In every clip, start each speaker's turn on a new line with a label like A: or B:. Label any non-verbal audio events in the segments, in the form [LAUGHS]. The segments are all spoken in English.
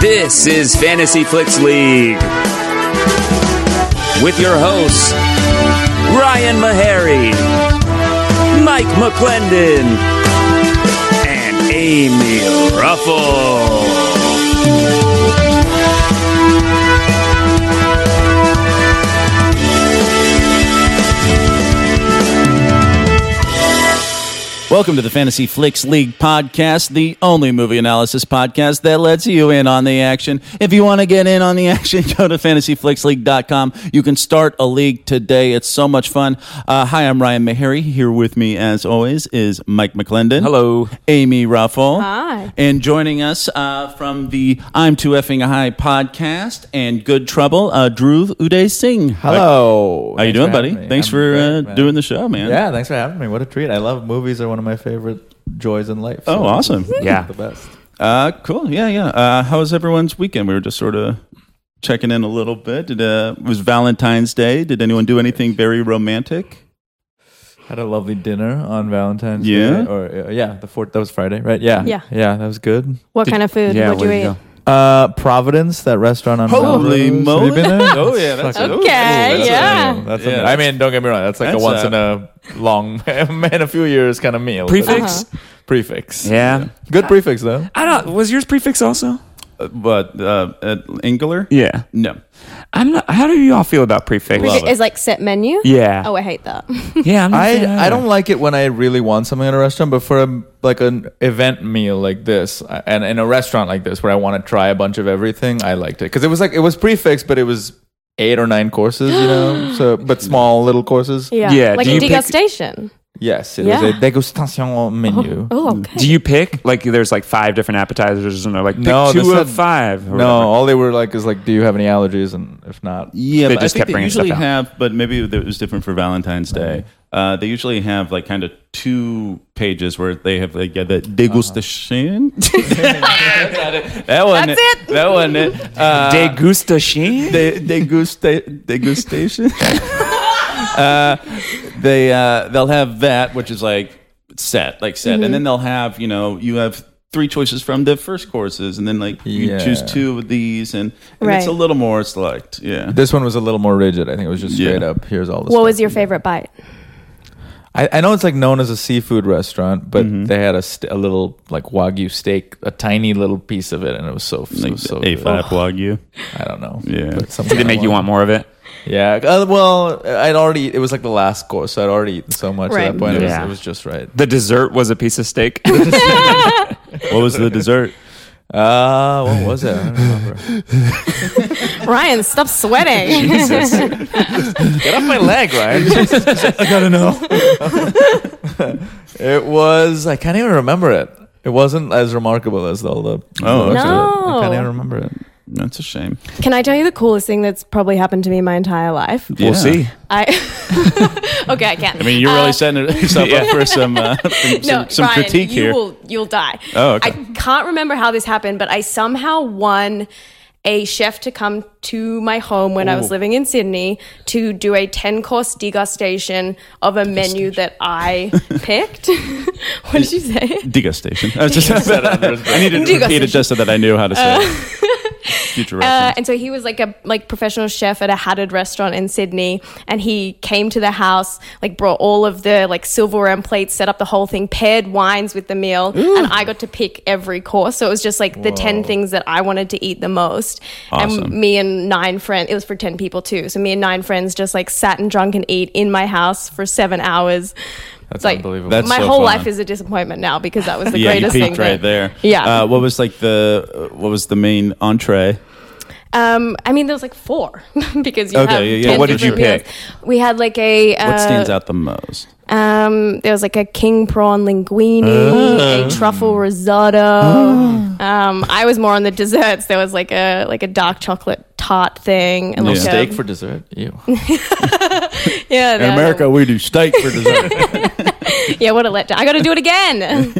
A: This is Fantasy Flicks League with your hosts, Ryan Meharry, Mike McClendon, and Amy Ruffle.
B: Welcome to the Fantasy Flicks League podcast, the only movie analysis podcast that lets you in on the action. If you want to get in on the [LAUGHS] action, go to fantasyflicksleague.com. You can start a league today. It's so much fun. Uh, hi, I'm Ryan Meharry. Here with me, as always, is Mike McClendon.
A: Hello.
B: Amy Ruffle.
C: Hi.
B: And joining us uh, from the I'm Too Effing High podcast and Good Trouble, uh, Dhruv Uday Singh.
D: Hello.
B: How you
D: Thanks
B: doing,
D: for
B: buddy?
D: having me.
B: Thanks
D: I'm
B: for
D: great,
B: uh,
D: man.
B: doing the show, man.
D: Yeah, thanks for having me. What a treat. I love movies. They're one of my favorite joys in life.
B: Oh,
D: [LAUGHS]
B: awesome.
A: Yeah.
D: The best.
B: Uh, cool. Yeah, yeah. Uh, how was everyone's weekend? We were just sort of checking in a little bit. Did, uh, it was Valentine's Day. Did anyone do anything very romantic?
D: Had a lovely dinner on Valentine's
B: Yeah?
D: Day. Or uh, yeah, the fourth that was Friday, right? Yeah.
C: Yeah.
D: Yeah, that was good.
C: What kind of food would you eat?
D: Uh Providence, that restaurant on
B: Holy
D: Melrose.
B: moly.
D: Have you been
B: [LAUGHS]
D: there?
B: Oh, yeah, that's-
D: Fucking-
B: ooh,
C: Okay,
B: that's a-
C: yeah.
D: That's
B: Yeah.
D: amazing. I mean, don't get me wrong. That's like
B: That's
D: a once
B: a-
D: in a long [LAUGHS] in a few years kind of meal. but-
A: Prefix?
D: Prefix.
A: Yeah.
D: Good prefix though.
A: I don't. Was yours prefix also?
B: Uh, But uh, at Ingler?
A: Yeah.
B: No.
A: I'm not. How do you all feel about prefix?
B: Love it.
C: It's like set menu.
A: Yeah.
C: Oh, I hate
A: [LAUGHS]
C: that. [LAUGHS]
A: yeah. I'm not a fan of
D: I I
A: it.
D: don't like it when I really want something at a restaurant, but for a, like an event meal like this, I- and in a restaurant like this where I want to try a bunch of everything, I liked it because it was like it was prefixed, but it was eight or nine courses, you
C: [GASPS]
D: know. So, but small little courses.
C: yeah.
A: Yeah,
C: Like
A: do
C: a
A: you pick-
C: degustation.
D: Yes, it
C: Yeah.
D: was a degustation menu.
C: Oh, okay.
A: Mm. Do you pick like there's like five different appetizers and they're like pick
D: No, they
A: two of
D: said-
A: five?
C: oh.
A: or
D: No,
A: whatever.
D: all they were like is like, do you have any allergies? And if not,
B: Yeah,
A: They
B: but
A: just
B: I think
A: kept
B: they
A: bringing stuff
B: usually
A: out.
B: have, but maybe it was different for Valentine's Day. Uh, they usually have like kind of two pages where they have like yeah, the degustation. [LAUGHS] that one.
C: Uh-huh. That's it.
B: That one.
C: [LAUGHS]
B: it. Uh, [LAUGHS]
A: degustation.
B: de- degusta- degustation. [LAUGHS] uh, they uh, they'll have that, which is like set, like set,
D: Mm-hmm.
B: and then they'll have you know you have three choices from the first courses, and then like you
D: Yeah.
B: choose two of these, and, and it's a
C: Right.
B: little more select. Yeah,
D: this one was a little more rigid. I think it was just
B: Yeah.
D: straight up. Here's all this.
C: What was your favorite bite?
D: I, I know it's like known as a seafood restaurant, but they had a, st- a little like wagyu steak, a tiny little piece of it, and it was so so,
B: like
D: so
B: A
D: good.
B: five wagyu.
D: I don't know.
B: Yeah.
D: But some
A: Did it
D: kind of
A: make you
D: wagyu.
A: want more of it?
D: Yeah. Uh, well, I'd already. It was like the last course, so I'd already eaten so much at
C: Right.
D: that point. It,
A: Yeah.
D: was, it was just right.
A: The dessert was a piece of steak.
B: What was [LAUGHS] the dessert?
D: Uh what was it? I don't remember.
C: Ryan, stop sweating.
A: [LAUGHS]
C: [LAUGHS]
D: Get off my leg, Ryan. I gotta know. it was. I can't even remember it. It wasn't as remarkable as all the.
B: Oh,
D: the rest of it.
C: No.
D: I can't even remember it.
B: That's a shame.
C: Can I tell you the coolest thing that's probably happened to me my entire life?
B: Yeah.
A: We'll see.
C: I [LAUGHS] okay, I can't. Uh,
B: I mean, you're really
D: Uh,
B: setting [LAUGHS] yourself up for some
D: [LAUGHS]
B: uh, some, some, some
C: Ryan,
B: critique
C: you
B: here.
C: Will, you'll die.
B: Oh, okay.
C: I can't remember how this happened, but I somehow won a chef to come to my home when I was living in Sydney to do a 10 course degustation of a menu that
B: [LAUGHS]
C: I picked. [LAUGHS] what did you say?
B: Degustation. I, was just, [LAUGHS] I needed to repeat it just so that I knew how to
D: [LAUGHS]
B: say it. Future reference.
C: Uh, and so he was like a like professional chef at a hatted restaurant in Sydney, and he came to the house, like brought all of the like silverware and plates, set up the whole thing, paired wines with the meal, and I got to pick every course. So it was just like the ten things that I wanted to eat the most,
B: Awesome.
C: and me and nine friends. It was for ten people too, so me and nine friends just like sat and drunk and ate in my house for seven hours. That's like,
D: unbelievable.
B: That's
C: my
B: so
C: whole
B: fun.
C: life is a disappointment now because that was
B: [LAUGHS]
C: the
B: yeah, you
C: greatest
B: peaked
C: thing. that-
B: right there.
C: Yeah.
B: Uh, what was like the uh, what was the main entree?
C: Um, I mean, there was like four [LAUGHS] because you
B: Okay,
C: have.
B: yeah, yeah.
C: 10
B: What did you
C: different
A: pick?
C: meals. We had like a. Uh,
B: What stands out the most?
C: Um, there was like a king prawn linguine,
B: Ah.
C: a truffle risotto. Um, I was more on the desserts. There was like a like a dark chocolate tart thing and
B: Yeah.
C: like a-
D: Steak for dessert. Ew.
C: yeah, that-
B: we do steak
C: [LAUGHS]
B: for dessert.
C: Yeah, what a letdown! I got to do
B: [LAUGHS]
C: it again.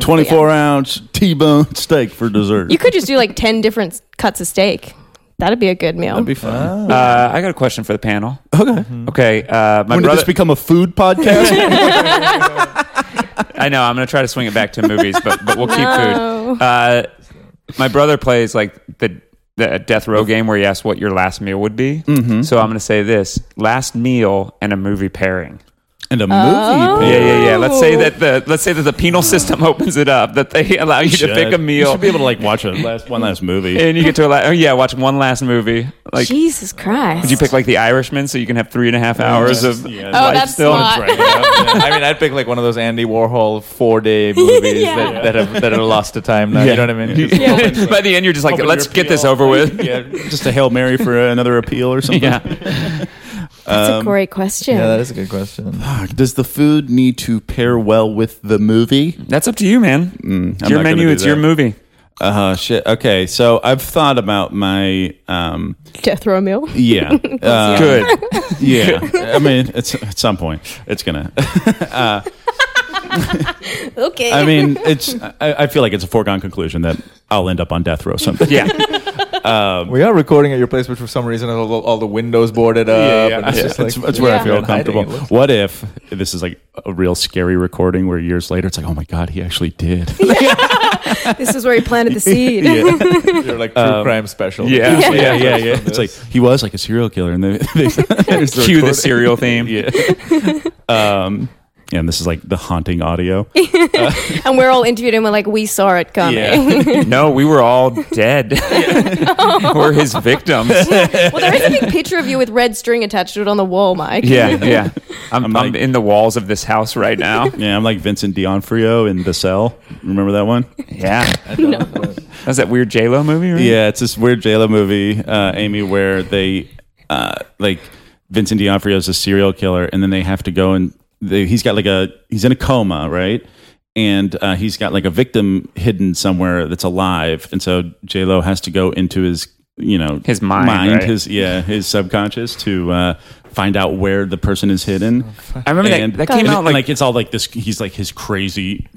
B: Twenty four ounce T bone steak for dessert.
C: you could just do like ten different cuts of steak. That'd be a good meal.
B: That'd be fun.
A: Uh, I got a question for the panel. Okay. Okay. Uh, my
B: when did
A: brother.
B: this become a food
C: [LAUGHS]
B: podcast?
A: I know. I'm going to try to swing it back to movies, but but we'll keep
C: No.
A: food. Uh, my brother plays like the the death row game where you ask what your last meal would be. So I'm going to say this: last meal and a movie pairing.
B: And a movie.
C: Oh.
A: Yeah, yeah, yeah. Let's say that the let's say that the penal system [LAUGHS] opens it up that they allow you to pick a
B: You
A: meal
B: should be able to like watch a last, one last movie.
A: and you get to allow, oh yeah, watch one last movie. Like, would
C: Jesus Christ.
A: you pick like The Irishman so you can have three and a half hours of
B: yeah.
C: oh,
A: life
C: that's
A: still?
C: smart.
D: I mean, I'd pick like one of those Andy Warhol four day
C: [LAUGHS]
D: movies
C: Yeah.
D: that, that, have, that are lost to time now. You know what I mean?
A: [LAUGHS]
D: Just-
A: By the end, you're just like,
B: Open
A: let's
B: your
A: get this
B: appeal.
A: over with.
B: [LAUGHS] yeah, just a hail mary for uh, another appeal or something.
A: yeah.
C: That's
B: Um,
C: a great question.
D: Yeah, that is a good question.
B: Ah, Does the food need to pair well with the movie?
A: That's up to you, man.
B: Mm, I'm
A: your
B: Hmm, not gonna
A: menu,
B: do
A: it's your
B: that.
A: movie.
B: Uh huh. Shit. Okay. So I've thought about my. um
C: Death row meal.
B: Yeah. Uh, [LAUGHS]
A: Good.
B: Yeah. I mean, it's, at some point, it's gonna.
C: [LAUGHS] Okay.
B: I mean, it's. I, I feel like it's a foregone conclusion that I'll end up on death row someday.
A: Yeah.
D: We are recording at your place, but for some reason all, the- all the windows boarded up.
A: Yeah,
B: [LAUGHS]
A: yeah.
D: and it's
A: Yeah,
D: just like-
B: it's, it's where I
C: Yeah.
B: feel
D: Been hiding,
B: comfortable.
D: it looks
B: What if this is like a real scary recording where years later it's like, oh my god, he actually did.
C: this is where he planted the seed.
D: You're like true crime special.
A: Yeah.
D: Just,
B: [LAUGHS]
D: like,
B: yeah, yeah,
D: from [LAUGHS]
B: yeah. It's
D: this.
B: like he was like a serial killer, and they, [LAUGHS] they there's the
A: Cue
B: recording.
A: the serial theme.
B: [LAUGHS] Yeah. Um, yeah, and this is like the haunting audio.
C: and we're all interviewed and we're like, we saw it coming.
A: No, we were all
B: [LAUGHS]
A: dead. [LAUGHS] we're his victims.
C: well, there is a big picture of you with red string attached to it on the wall, Mike.
A: Yeah,
B: [LAUGHS]
A: yeah. I'm, I'm,
B: like-
A: in the walls of this house right
B: [LAUGHS]
A: now.
B: yeah, I'm like Vincent D'Onofrio in The Cell. Remember that one?
A: Yeah. That's that weird J Lo movie, right?
B: [LAUGHS] Yeah, it's this weird JLo movie, uh, Amy, where they uh, like Vincent D'Onofrio is a serial killer, and then they have to go and they, he's got like a he's in a coma, right? And uh, he's got like a victim hidden somewhere that's alive, and so JLo has to go into his you know
A: His mind, right?
B: his yeah his subconscious to uh, find out where the person is hidden.
A: I remember that- that came
B: and-
A: out,
B: and,
A: like-
B: it's all like this. He's like his crazy.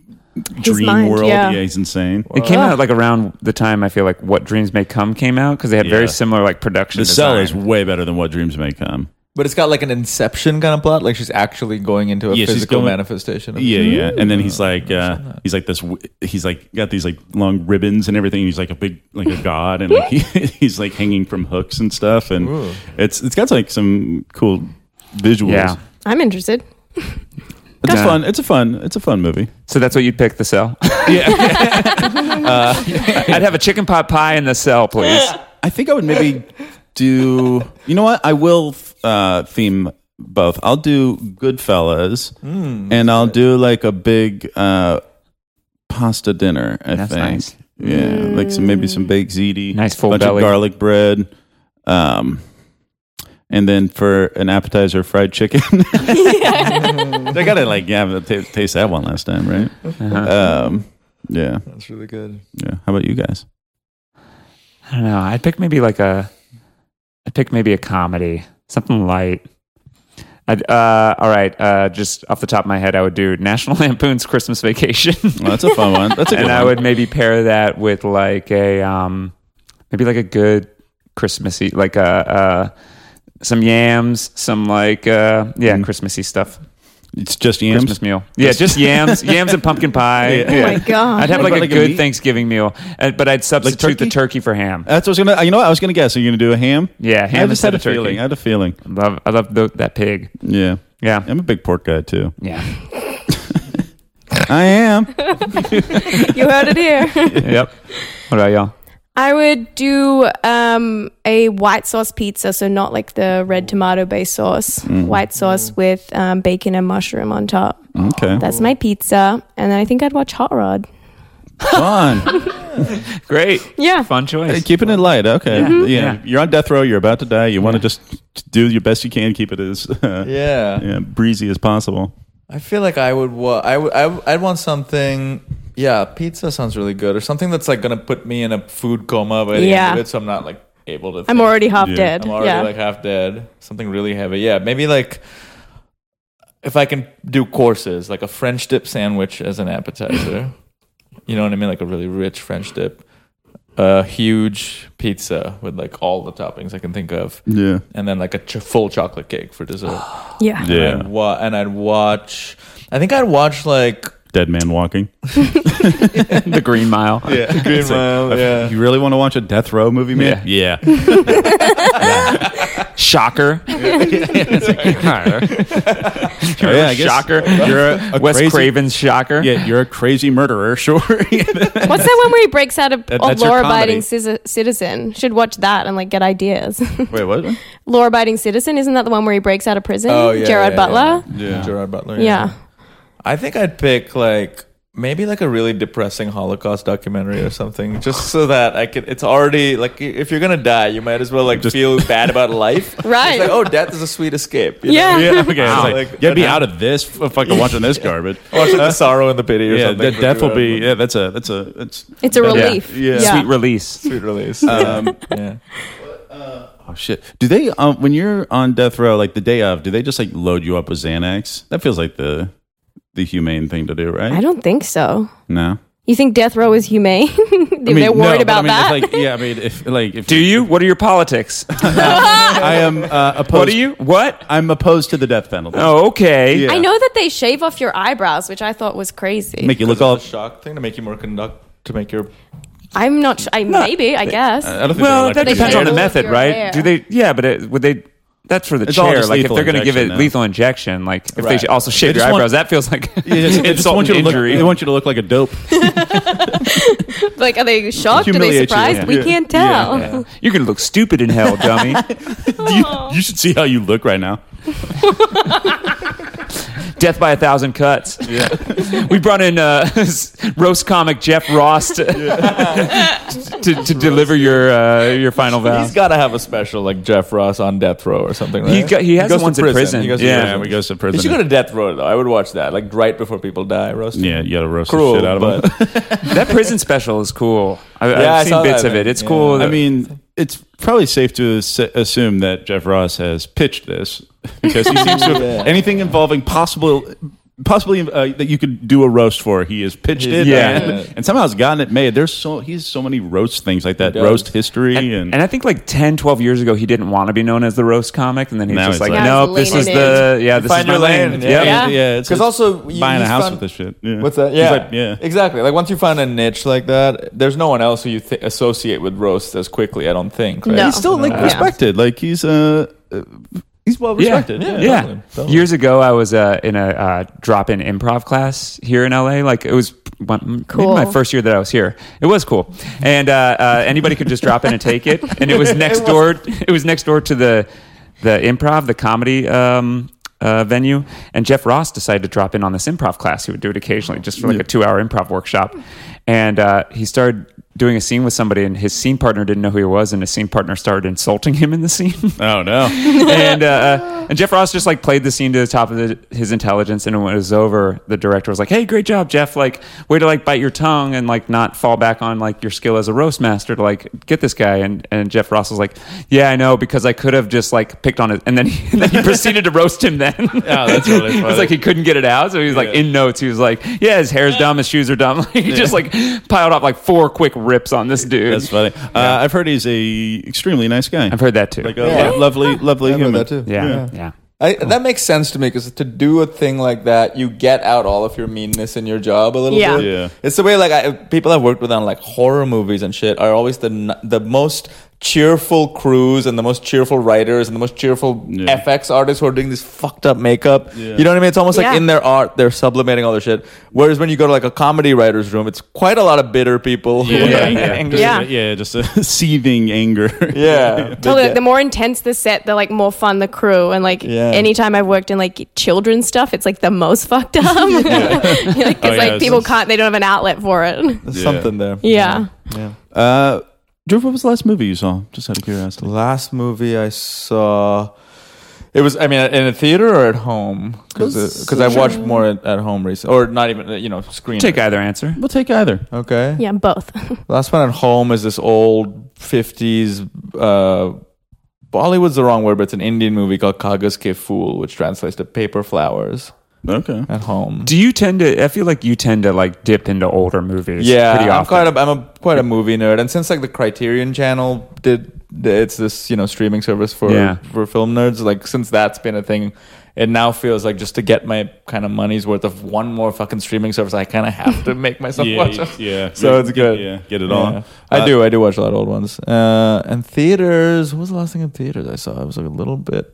B: Dream
C: mind,
B: world,
C: yeah.
B: yeah, he's insane.
A: It came out like around the time I feel like What Dreams May Come came out because they had
B: Yeah.
A: very similar like production.
B: The cell is
A: design.
B: way better than what dreams may
A: um.
B: come.
D: but it's got like an inception kind of plot. Like she's actually going into a
B: Yeah, she's
D: physical
B: going-
D: manifestation. Of
B: Yeah, yeah.
C: Mm-hmm.
B: And then he's like, uh, he's like this. w- He's like got these like long ribbons and everything. He's like a big like a god, and like he, [LAUGHS] he's like hanging from hooks and stuff. And it's it's got like some cool visuals.
A: Yeah.
C: I'm interested.
B: it's a
A: Yeah.
B: fun. It's a fun. It's a fun movie.
A: So that's what you'd pick the cell.
B: [LAUGHS]
A: [LAUGHS] Uh,
B: Yeah,
A: I'd have a chicken pot pie in the cell, please.
B: I think I would
C: [LAUGHS]
B: maybe do. You know what? I will uh, theme both. I'll do Goodfellas,
D: Hmm.
B: and I'll do like a big uh, pasta dinner. I
A: That's
B: think.
A: nice.
B: Yeah, like some maybe some baked ziti,
A: Nice full
B: bunch
A: belly.
B: of garlic bread, um, and then for an appetizer, fried chicken. [LAUGHS] they gotta like yeah, but t- taste that one last time, right?
A: Uh-huh.
B: Um, yeah,
D: [LAUGHS] That's really good.
B: yeah. How about you guys?
A: I don't know. I'd pick maybe like a. I'd pick maybe a comedy, something light. I'd, uh, all right, uh, just off the top of my head, I would do National [LAUGHS] Lampoon's Christmas Vacation,
B: Well, that's a fun one. That's a good
A: and I
B: one.
A: would maybe pair that with like a um, maybe like a good Christmassy, like a uh, some yams, some like uh, yeah,
B: Mm-hmm.
A: Christmassy stuff,
B: It's just yams.
A: Christmas meal, yeah, just [LAUGHS] yams, yams and pumpkin pie.
B: Yeah.
C: Oh my God.
A: I'd have
B: What
A: like
B: about
A: a
B: like a
A: good
B: meat?
A: Thanksgiving meal, uh, but I'd substitute
B: turkey?
A: the turkey for ham.
B: That's what I was gonna. You know, what? I was gonna guess. Are you gonna do a ham?
A: Yeah, ham
B: I just
A: instead
B: had a
A: of turkey.
B: feeling. I had a feeling.
A: Love, I love the, that pig.
B: Yeah,
A: Yeah,
B: I'm a big pork guy too.
A: yeah,
B: I am.
C: You heard it here.
A: [LAUGHS] yep. What about y'all?
C: I would do um, a white sauce pizza, so not like the red tomato based sauce. White sauce with um, bacon and mushroom on top.
B: Okay,
C: That's my pizza, and then I think I'd watch Hot Rod.
B: fun.
A: Great,
C: Yeah.
A: fun
B: Hey,
A: choice.
B: keeping it light. Okay, yeah.
A: Yeah.
B: You're on death row. You're about to die. You want to just do your best you can. Keep it as [LAUGHS] uh,
D: Yeah.
B: yeah, breezy as possible.
D: I feel like I would. Wa- I would. I w- I'd want something. Yeah, pizza sounds really good, or something that's like gonna put me in a food coma by the
C: Yeah.
D: end of it, so I'm not like able to.
C: I'm
D: think.
C: already half
B: Yeah.
C: dead.
D: I'm already
C: yeah.
D: like half dead. Something really heavy. Yeah, maybe like if I can do courses, like a French dip sandwich as an
C: [LAUGHS]
D: appetizer. you know what I mean? Like a really rich French dip. A huge pizza with like all the toppings I can think of,
B: Yeah,
D: and then like a ch- full [LAUGHS] chocolate cake for dessert.
C: yeah.
B: yeah.
D: And, wa- and I'd watch. I think I'd watch like
B: Dead Man Walking.
A: [LAUGHS] the Green Mile.
B: [LAUGHS]
D: Yeah, Green Mile. Yeah.
B: uh, You really want to watch a death row movie, man? Yeah.
A: [LAUGHS] [LAUGHS]
B: [LAUGHS]
A: Shocker. You're
B: Oh, Yeah, I
A: a
B: guess-
A: shocker. You're a,
B: [LAUGHS] a
A: Wes
B: crazy-
A: Craven's shocker.
B: Yeah, you're a crazy murderer, [LAUGHS] sure.
C: What's that one where he breaks out a, a
B: that's your comedy.
C: law-abiding ciz- citizen? Should watch that and like get ideas. [LAUGHS]
B: Wait, what?
C: law-abiding citizen isn't that the one where he breaks out of prison?
D: Oh, yeah,
C: Gerard
D: yeah,
C: Butler.
D: Yeah. Gerard Butler.
C: Yeah.
D: I think I'd pick like maybe like a really depressing Holocaust documentary or something, just so that I could. It's already like i- if you're gonna die, you might as well like
B: Just-
D: feel bad about
C: [LAUGHS]
D: life.
C: Right.
D: It's like oh, death is a sweet escape. you
C: Yeah.
D: know?
B: [LAUGHS] Yeah, [LAUGHS] okay.
D: Wow.
B: it's like,
D: Like,
B: you'd be
D: and-
B: out of this f- fucking watching this garbage.
D: Or it's like the sorrow and the pity or
B: Yeah,
D: something.
B: that
D: for
B: death
D: two
B: will be.
D: hours.
B: Yeah, that's a that's a that's.
C: [LAUGHS] It's a
B: that-
C: relief.
B: Yeah.
C: Yeah.
A: Sweet release.
B: [LAUGHS]
D: sweet release. Um, yeah.
B: Oh shit! Do they um, when you're on death row, like the day of, do they just like load you up with Xanax? That feels like the the humane thing to do, right?
C: I don't think so.
B: no.
C: You think death row is humane? [LAUGHS]
B: I mean,
C: They're
B: no,
C: worried
B: but
C: about
B: I mean,
C: [LAUGHS]
B: If,
C: that.
B: like, yeah, I mean, if like if
A: Do you? What are your politics?
B: I am uh, opposed.
A: what are you? What?
B: I'm opposed to the death penalty.
A: Oh, okay.
B: Yeah.
C: I know that they shave off your eyebrows, which I thought was crazy.
B: Make you look
D: It's
B: all.
D: a shock thing to make you more conduct to make your
C: I'm not. Sh- I maybe. I guess.
B: I don't think
A: Well,
B: they're
A: that
B: electric
A: depends
C: They
A: on the
C: shave
B: chairs.
C: off
A: method,
C: your
A: right?
C: hair.
A: Do they? Yeah, but it, would they? That's for the
B: It's all
A: chair.
B: just
A: Like if
B: lethal
A: they're going to give
B: injection
A: it
B: now.
A: lethal injection, like if
D: Right.
A: they also shave
B: They
A: your
B: just want-
A: eyelirs, that feels
B: [LAUGHS]
A: like
B: They just- they just
A: insult
B: want you
A: and
B: to look.
A: injury.
B: They want you to look like a dope.
C: like,
B: [LAUGHS]
C: are they shocked? Are they
B: Humiliate you,
C: surprised?
B: yeah.
C: We
B: Yeah.
C: can't tell.
A: Yeah. [LAUGHS] You're going to look stupid in hell,
B: [LAUGHS]
A: dummy.
C: [LAUGHS]
B: you, you should see how you look right now.
A: Death by a thousand cuts. Yeah. [LAUGHS] we brought in uh, [LAUGHS] roast comic Jeff Ross to, [LAUGHS] to, to deliver your uh, your final vow.
D: He's got to have a special like Jeff Ross on death row or something. Right?
A: He's got- he has the
D: goes to
A: ones in prison.
D: He goes to
A: Yeah.
D: prison.
A: Yeah,
B: we goes to
D: He should
B: prison.
D: go to death row though. I would watch that like right before people die. Roast.
B: Yeah, you gotta roast
D: Cruel,
B: the shit out of them.
D: but
A: that prison special is cool. I,
D: Yeah, I
A: I've
D: saw
A: seen bits
D: that.
A: of it. It's
D: Yeah.
A: cool.
B: I mean, it's probably safe to as- assume that Jeff Ross has pitched this [LAUGHS] because he seems
D: [LAUGHS]
B: to have anything involving possible. Possibly uh, that you could do a roast for. He has pitched it,
A: Yeah.
B: and, and somehow has gotten it made. There's so he's so many roast things like that,
D: does.
B: roast history, and,
A: and, I think like 10, 12 years ago, he didn't want to be known as the roast comic, and then he's
B: Now
A: just like,
B: he's like-
C: Now
A: nope, this is
C: he's leaning
A: the yeah, this
D: Find
A: is my
D: your lane.
A: lane.
D: Yeah.
A: Yep.
C: Yeah.
B: yeah, it's
D: because
B: it's
D: also you,
B: buying a
D: he's
B: house
D: found-
B: with this shit. Yeah.
D: What's that?
B: He's
D: Yeah,
B: like, yeah.
D: exactly. Like once you find a niche like that, there's no one else who you th- associate with roast as quickly. I don't think. Right?
C: No.
B: He's still like
C: Yeah.
B: respected. Like he's uh, uh, he's well respected.
A: Yeah,
D: Yeah,
A: yeah.
D: totally, totally.
A: Years ago, I was uh, in a uh, drop-in improv class here in LA. Like it was one,
C: Cool.
A: maybe my first year that I was here. It was cool, and uh, uh, anybody could just drop in and take it. And [LAUGHS] it was next door. It was next door to the the improv, the comedy. Um, uh, venue and Jeff Ross decided to drop in on this improv class. He would do it occasionally, just for like a two-hour improv workshop. And uh, he started doing a scene with somebody, and his scene partner didn't know who he was, and his scene partner started insulting him in the scene
B: Oh no.
A: [LAUGHS] and uh, and Jeff Ross just like played the scene to the top of the, his intelligence, and when it was over, the director was like, "Hey, great job, Jeff! Like, way to like bite your tongue and like not fall back on like your skill as a roast master to like get this guy." And and Jeff Ross was like, "Yeah, I know because I could have just like picked on it," and then he, [LAUGHS] and then
B: [LAUGHS]
A: he proceeded to roast him. Then oh, [LAUGHS]
B: that's really funny.
A: it's like he couldn't get it out, so he was like in notes. He was like, "Yeah, his hair's dumb, his shoes are dumb." [LAUGHS] he just like piled off like four quick rips on this dude.
B: That's funny. Uh, I've heard he's a extremely nice guy.
A: I've heard that too.
B: like uh, a lo- lovely, lovely
D: I know
B: human.
D: that too.
A: yeah, yeah. yeah.
D: I, that makes sense to me because to do a thing like that, you get out all of your meanness in your job a little
C: Yeah.
D: bit.
B: Yeah.
D: It's the way like I, people I've worked with on like horror movies and shit are always the n- the most cheerful crews and the most cheerful writers and the most cheerful
B: Yeah.
D: FX artists who are doing this fucked up makeup.
B: Yeah.
D: You know what I mean? It's almost
C: Yeah.
D: like in their art they're sublimating all their shit. Whereas when you go to like a comedy writers room, it's quite a lot of bitter people. who are [LAUGHS]
B: Yeah,
D: angry.
C: Yeah.
B: Just, yeah, just a [LAUGHS] seething anger.
D: yeah.
C: Totally. Like, the more intense the set, the like more fun the crew. And like
D: Yeah.
C: anytime I've worked in like children's stuff, it's like the most [LAUGHS]
D: [LAUGHS]
C: fucked up. Because like,
B: Oh, yeah, it's-
C: people can't, they don't have an outlet for it. [LAUGHS]
D: There's something there.
C: Yeah.
D: Yeah.
B: [LAUGHS] Uh, Drew, what was the last movie you saw? Just out of curiosity.
D: Last movie I saw, it was I mean in a theater or at home because I've watched more at, at home recently or not even uh, you know screen.
A: Take either answer.
B: We'll take either.
D: Okay.
C: Yeah, both.
D: Last one at home is this old fifties. Uh, Bollywood's the wrong word, but it's an Indian movie called Kagas Ke Fool, which translates to paper flowers [LAUGHS]
B: Okay.
D: at home.
A: Do you tend to? I feel like you tend to like dip into older movies.
D: yeah,
A: pretty
D: I'm
A: often.
D: quite a, I'm a quite a movie nerd, and since like the Criterion Channel did, it's this you know streaming service for
A: Yeah.
D: for film nerds. Like since that's been a thing, it now feels like just to get my kind of money's worth of one more fucking streaming service, I kind of have to make
B: [LAUGHS]
D: myself
B: Yeah,
D: watch
B: yeah,
D: it.
B: yeah.
D: So it's good.
B: Yeah, get it
D: Yeah.
B: on.
D: I
B: Uh,
D: do. I do watch a lot of old ones. Uh, and theaters. What was the last thing in theaters I saw? It was like a little bit.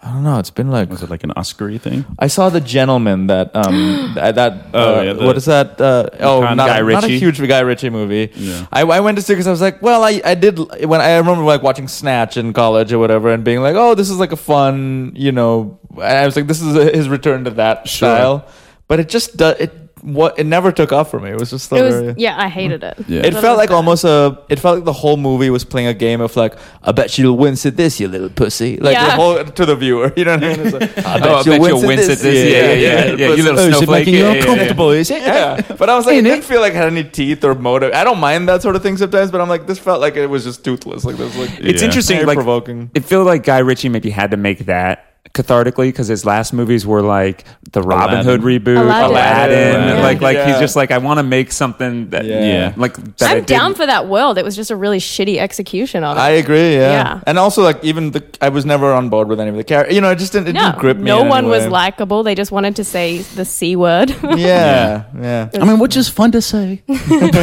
D: I don't know. It's been like
B: Was it like an Oscary thing?
D: I saw the gentleman that
B: [GASPS]
D: um th- that uh,
B: Oh, yeah, the-
D: what is that uh, oh
B: Con-
D: not,
B: Guy
D: a, not a
B: Ritchie.
D: huge Guy Ritchie movie.
B: Yeah.
D: I, I went to see because I was like, well, I, I did when I remember like watching Snatch in college or whatever, and being like, oh, this is like a fun, you know. and I was like, this is a, his return to that
A: Sure.
D: style, but it just does it. What it never took off for me. It was just
C: [LAUGHS] It
D: like
C: was yeah, I hated it.
E: Yeah.
D: it felt like almost a. It felt like the whole movie was playing a game of like, I bet you'll wince at this, you little pussy. Like the
C: Yeah.
D: whole to the viewer, you know what I mean? It's
A: [LAUGHS]
D: like, I bet
A: Yeah, yeah, yeah. yeah, You little
E: Oh, is it
A: snowflake.
E: making you
A: Yeah, yeah, yeah.
E: uncomfortable? Is it?
D: Yeah, [LAUGHS] but I was like,
E: Hey,
D: it
E: Nick.
D: didn't feel like it had any teeth or motive. I don't mind that sort of thing sometimes, but I'm like, this felt like it was just toothless. Like this, like
A: It's
B: Yeah.
A: interesting. Like
D: provoking.
A: it felt like Guy Ritchie maybe had to make that cathartically because his last movies were like the Robin Hood reboot, Aladdin,
C: Aladdin.
B: Aladdin.
A: like like he's
D: Yeah.
A: just like I want to make something that
D: Yeah.
B: Yeah.
A: like that I
C: I'm down
A: didn't-
C: for that world. It was just a really shitty execution of it.
D: I agree, yeah.
C: Yeah.
D: and also like even the I was never on board with any of the characters. You know, it just didn't, it
C: no,
D: didn't grip me.
C: no
D: in any
C: one was
D: way.
C: likable. They just wanted to say the c word. [LAUGHS]
D: yeah, yeah.
E: I mean, which is fun to say.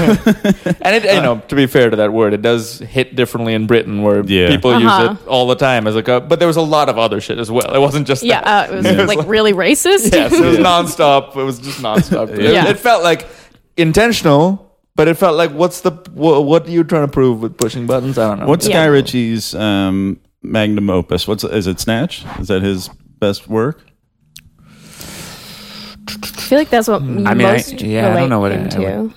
D: And it, you know, to be fair to that word, it does hit differently in Britain, where
B: Yeah.
D: people
C: Uh-huh.
D: use it all the time as like a. But there was a lot of other shit as well. It wasn't just
C: yeah,
D: that.
C: uh, it was
B: Yeah.
C: like really racist.
D: [LAUGHS] yes, it was nonstop. It was just nonstop.
C: Yeah.
D: It, it felt like intentional, but it felt like what's the wha- what are you trying to prove with pushing buttons? I don't know.
B: What's
C: Yeah.
B: Guy Ritchie's um, magnum opus? What's is it? Snatch? Is that his best work?
C: [LAUGHS] I feel like that's what
A: I mean, I-
C: most
A: yeah, I don't
C: relate
A: know what it- I
C: into.
A: would-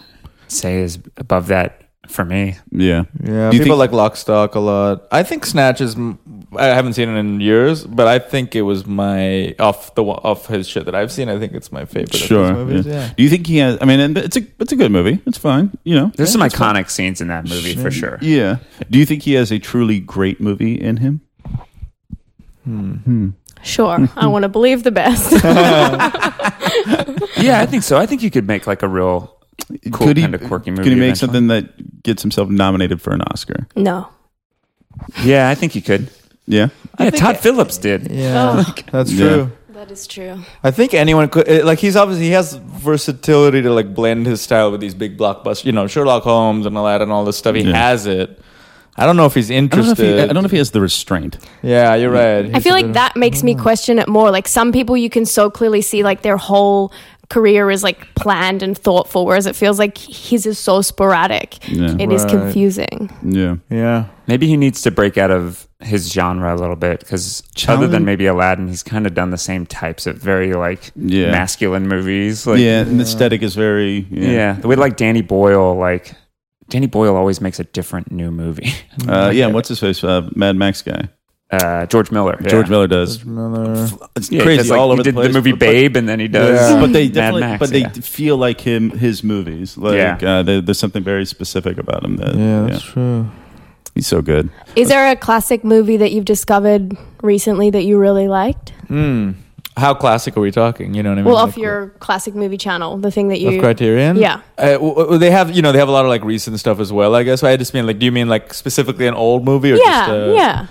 A: say is above that for me.
B: Yeah.
D: yeah,
B: Do you
D: people
B: think-
D: like Lock Stock a lot. I think Snatch is. m- I haven't seen it in years, but I think it was my off the wa- off his shit that I've seen. I think it's my favorite.
B: Sure.
D: Of his movies.
B: yeah.
D: Yeah.
B: Do you think he has? I mean, and it's a it's a good movie. It's fine. You know.
A: There's
B: Yeah,
A: some
B: it's fine.
A: iconic scenes in that movie for sure.
B: Yeah. Do you think he has a truly great movie in him?
C: Sure,
D: [LAUGHS]
C: I want to believe the best. [LAUGHS]
A: Yeah, I think so. I think you could make like a real cool kind of quirky movie.
B: Could he make
A: eventually.
B: something that gets himself nominated for an Oscar?
C: no,
A: Yeah, I think he could.
B: Yeah.
A: Yeah, Todd Phillips did.
D: Yeah, that's
B: Yeah.
D: true.
C: that is true.
D: I think anyone could eh, like he's obviously he has versatility to like blend his style with these big blockbusters, you know, Sherlock Holmes and all that and all this stuff. He
B: Yeah.
D: has it. I don't know if he's
B: I don't, know if
D: interested.
B: he, I don't know if he has the restraint.
D: yeah, you're right.
C: I feel like that makes
D: Mm.
C: me question it more. Like some people, you can so clearly see like their whole career is like planned and thoughtful, whereas it feels like his is so sporadic. It
B: Yeah.
C: is
D: Right.
C: confusing.
B: Yeah.
D: Yeah.
A: Maybe he needs to break out of his genre a little bit because other
B: Challenge-
A: than maybe Aladdin, he's kind of done the same types of very like
B: Yeah.
A: masculine movies. Like,
B: yeah. And the aesthetic is very.
A: yeah,
B: Yeah.
A: the way like Danny Boyle, like Danny Boyle always makes a different new movie. [LAUGHS]
B: Uh, yeah. and What's his face? Uh, Mad Max guy.
A: Uh, George Miller, yeah.
B: George Miller does.
D: Another
B: It's
A: Yeah, he
B: crazy
A: does, like,
B: all
A: he
B: over
A: did
B: the place.
A: movie
B: but-
A: Babe, and then he does.
D: Yeah.
B: But they
A: Mad
B: definitely,
A: Max,
B: but they
A: yeah.
B: feel like him. His movies, like
A: Yeah.
B: uh, there- there's something very specific about him. That
D: Yeah,
B: yeah.
D: that's true.
B: he's so good.
C: Is there a classic movie that you've discovered recently that you really liked?
D: Hmm. How classic are we talking? You know what I mean?
C: Well,
D: Like,
C: off your classic movie channel, the thing that you.
D: Mm, of Criterion?
C: Yeah.
D: Uh, w- w- they have, you know, they have a lot of like recent stuff as well, I guess. I just mean like do you mean like specifically an old movie or just
C: yeah,
D: uh,
C: yeah.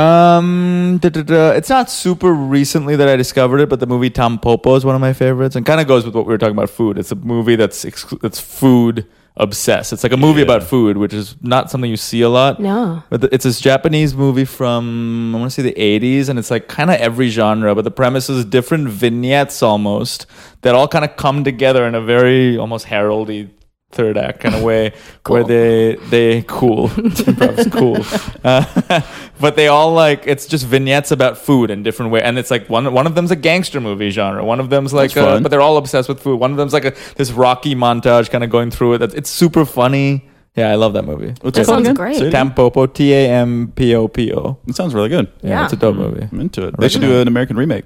D: Um, duh, duh, duh. it's not super recently that I discovered it, but the movie Tampopo is one of my favorites, and kind of goes with what we were talking about food. It's a movie that's exclu- that's food obsessed. It's like a movie
B: Yeah.
D: about food, which is not something you see a lot. [LAUGHS]
C: No.
D: But the, it's this Japanese movie from I want to say the 80s, and it's like kind of every genre, but the premise is different vignettes almost that all kind of come together in a very almost heraldy third act
B: [LAUGHS]
D: kind of way, where they they cool, improv's cool, uh, [LAUGHS] but they all like it's just vignettes about food in different way, and it's like one one of them's a gangster movie genre, one of them's like,
B: That's
D: a,
B: fun.
D: but they're all obsessed with food. One of them's like a this Rocky montage kind of going through it. That's it's super funny. Yeah, I love that movie.
B: What's
C: That
B: it called
C: sounds
B: again?
C: great.
B: Say it again.
D: Tampopo, T A M P O P O.
B: It sounds really good.
C: Yeah.
D: it's a dope movie.
B: I'm into it. They should do an American remake.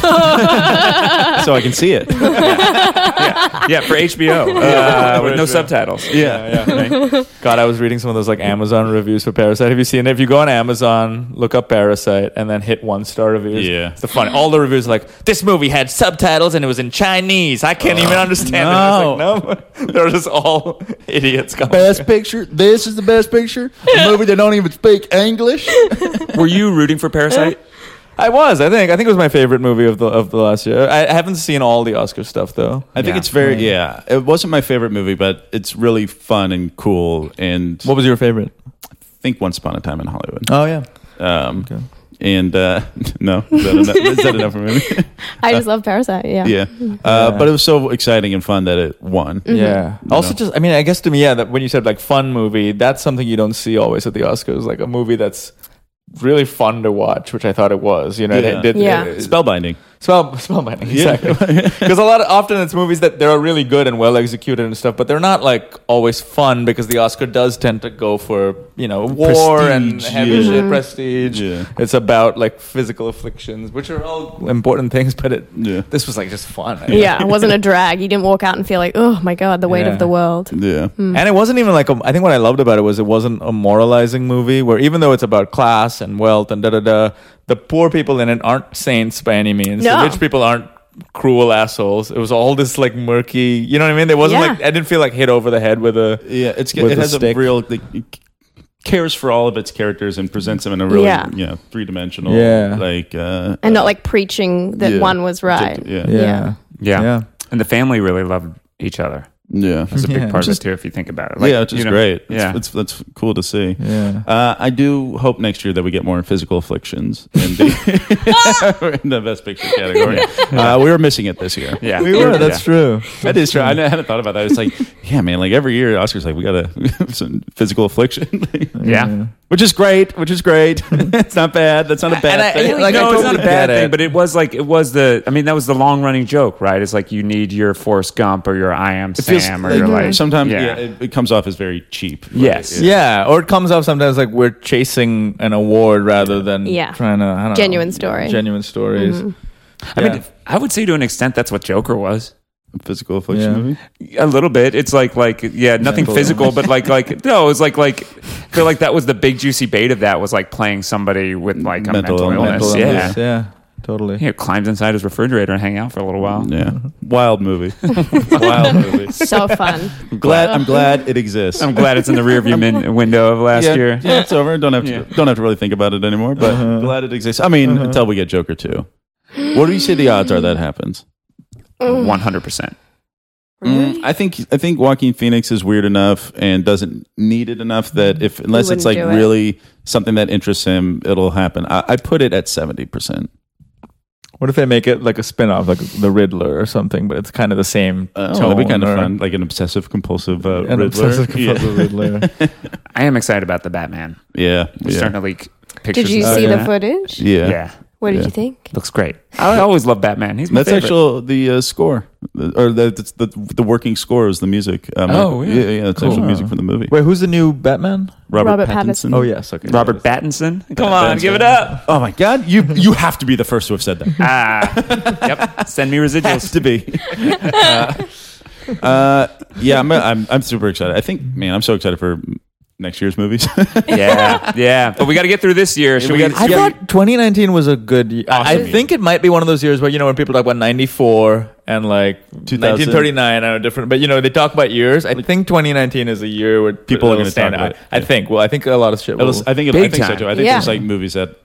B: so I can
E: [LAUGHS]
B: see it.
A: [LAUGHS]
B: [LAUGHS]
A: yeah, for [LAUGHS] HBO uh, with no subtitles.
B: Yeah,
D: God, I was reading some of those like Amazon reviews for Parasite. Have you seen it? If you go on Amazon, look up Parasite, and then hit one star reviews.
B: Yeah.
D: it's the fun. All the reviews are like this movie had subtitles and it was in Chinese. I can't even understand. it. It's like, Oh, no, [LAUGHS] they're just all idiots.
E: Best picture. This is the best picture. A movie that don't even speak English.
A: Were you rooting for Parasite?
D: I was. I think. I think it was my favorite movie of the of the last year. I haven't seen all the Oscar stuff though.
B: I think
A: Yeah.
B: it's very yeah. It wasn't my favorite movie, but it's really fun and cool. And
D: What was your favorite?
B: think Once Upon a Time in Hollywood.
D: Oh yeah.
B: Um, And uh, [LAUGHS] no, is that enough, is that enough for me?
E: [LAUGHS]
D: uh,
C: I just love Parasite. Yeah.
B: yeah. Uh, but it was so exciting and fun that it won.
C: Mm-hmm.
D: Yeah. Also, just I mean, I guess to me, yeah, that when you said like fun movie, that's something you don't see always at the Oscars. Like a movie that's really fun to watch, which I thought it was. You know, it-
B: Yeah.
D: it did. uh,
C: Yeah.
D: it-
B: Spellbinding.
D: Spell, spellbinding, exactly.
B: [LAUGHS]
D: Because a lot of often it's movies that they are really good and well executed and stuff, but they're not like always fun because the Oscar does tend to go for you know war and
B: Prestige,
D: heavy
B: yeah.
C: Mm-hmm.
D: shit, prestige.
B: Yeah.
D: It's about like physical afflictions, which are all important things, but it
B: Yeah.
D: this was like just fun. I guess.
C: Yeah, it wasn't a drag. You didn't walk out and feel like, oh my god, the weight
D: Yeah.
C: of the world.
B: Yeah.
C: Mm.
D: And it wasn't even like a, I think what I loved about it was it wasn't a moralizing movie where even though it's about class and wealth and da da da, the poor people in it aren't saints by any means.
C: No.
D: The rich people aren't cruel assholes. It was all this like murky, you know what I mean? There wasn't
C: Yeah.
D: like I didn't feel like hit over the head with a
B: Yeah. It's
D: With
B: it
D: a
B: has a
D: stick.
B: real like, it cares for all of its characters and presents them in a really
C: Yeah.
B: yeah, three dimensional
D: Yeah.
B: like uh,
C: And not like preaching that
B: yeah.
C: one was right.
B: Yeah.
C: Yeah. Yeah.
A: Yeah. And the family really loved each other.
B: Yeah.
A: That's a big
D: Yeah.
A: part
B: Just-
A: of it too, if you think about it.
B: yeah, which is
A: you know,
B: great. It's-
A: Yeah.
B: it's, that's cool to see.
D: Yeah.
B: Uh, I do hope next year that we get more physical afflictions in the,
C: [LAUGHS]
B: in the [LAUGHS] best picture category. Uh, we were missing it this year.
A: yeah.
D: We were, that's true.
B: [LAUGHS] That is true. I hadn't thought about that. It's like, yeah, man. Like every year, Oscars like we got a [LAUGHS] some physical affliction,
A: Yeah.
B: [LAUGHS] which is great. Which is great. [LAUGHS] it's not bad. That's not a bad
D: And I-
B: thing.
D: and like,
A: no,
D: I
A: it's not a
D: totally
A: bad
D: get
A: thing,
D: it.
A: but it was like it was the. I mean, that was the long running joke, right? It's like you need your Forrest Gump or your I Am
B: feels
A: Sam or
B: like-
A: your like
B: sometimes
A: yeah.
B: yeah, it, it comes off as very cheap. right?
A: Yes.
D: Yeah, or it comes off sometimes like we're chasing an award rather than
C: Yeah.
D: trying to I don't know,
C: Genuine story. Mm-hmm.
D: Genuine stories.
A: I
D: Yeah.
A: mean, I would say to an extent that's what Joker was.
B: physical affliction
D: Yeah.
B: movie.
A: A little bit. It's like like yeah, nothing
D: Mental
A: physical, but like like no, it's like like I feel like that was the big juicy bait of that was like playing somebody with like a
B: Mental
A: mental, illness.
B: illness.
A: yeah.
D: illness, yeah, totally.
A: He climbs inside his refrigerator and hang out for a little while.
B: Yeah,
A: [LAUGHS]
B: wild movie. wild movie.
C: So fun.
B: Glad I'm glad it exists.
A: I'm glad it's in the rearview min- window of last
B: yeah,
A: year.
B: yeah, it's over. Don't have to
A: Yeah. Uh-huh.
B: don't have to really think about it anymore. But glad it exists. I mean, until we get Joker two. What do you say the odds are that happens?
A: One hundred percent. Mm-hmm.
B: Mm, I think I think Joaquin Phoenix is weird enough and doesn't need it enough that if unless it's
C: wouldn't
B: like
C: do it.
B: really something that interests him, it'll happen. I, I put it at seventy percent.
D: What if they make it like a spin-off, like the Riddler or something, but it's kind of the same
B: Oh,
D: tone?
B: that'd be kind of
D: or
B: fun, like an obsessive compulsive uh,
D: An
B: Riddler.
D: obsessive compulsive
B: [LAUGHS]
D: Riddler.
A: I am excited about the Batman.
B: Yeah,
A: It's
B: yeah,
A: starting to leak pictures.
C: Did you
A: and
C: see
A: stuff.
C: the footage?
B: yeah.
A: Yeah.
B: yeah.
C: What did
B: Yeah.
C: you think?
A: looks great. I always love Batman. He's my
B: That's
A: favorite.
B: actual the uh, score, The- or the, the the the working score is the music. Um,
A: Oh, yeah.
B: yeah, yeah. It's actual
D: Cool.
B: music from the movie.
D: Wait, who's the new Batman?
B: Robert,
C: Robert
B: Pattinson.
C: Pattinson.
D: Oh yes, okay.
A: Robert Pattinson. Come on, give it up.
B: Oh my God! You you have to be the first to have said that.
A: [LAUGHS] Ah, yep. Send me
B: has
A: residuals.
B: to be. [LAUGHS] uh, uh, yeah, I'm, I'm I'm super excited. I think, man, I'm so excited for next year's movies.
A: [LAUGHS] yeah, yeah. But we got to get through this year. Should
B: We
A: we?
B: gotta-
A: Get,
D: I
B: Yeah.
D: thought 2019 was a good. year. I
B: Awesome
D: I think it might be one of those years where you know when people talk about 94 and like 1939 are different, but you know they talk about years. I think 2019 is a year where
B: People are
D: it'll
B: gonna
D: stand
B: talk about
D: out.
B: it,
D: I
B: yeah.
D: think. Well, I think a lot of shit.
B: It'll-
D: Will,
B: I think I
A: Big
B: think so
A: time.
B: too. I think
C: Yeah.
B: there's like movies that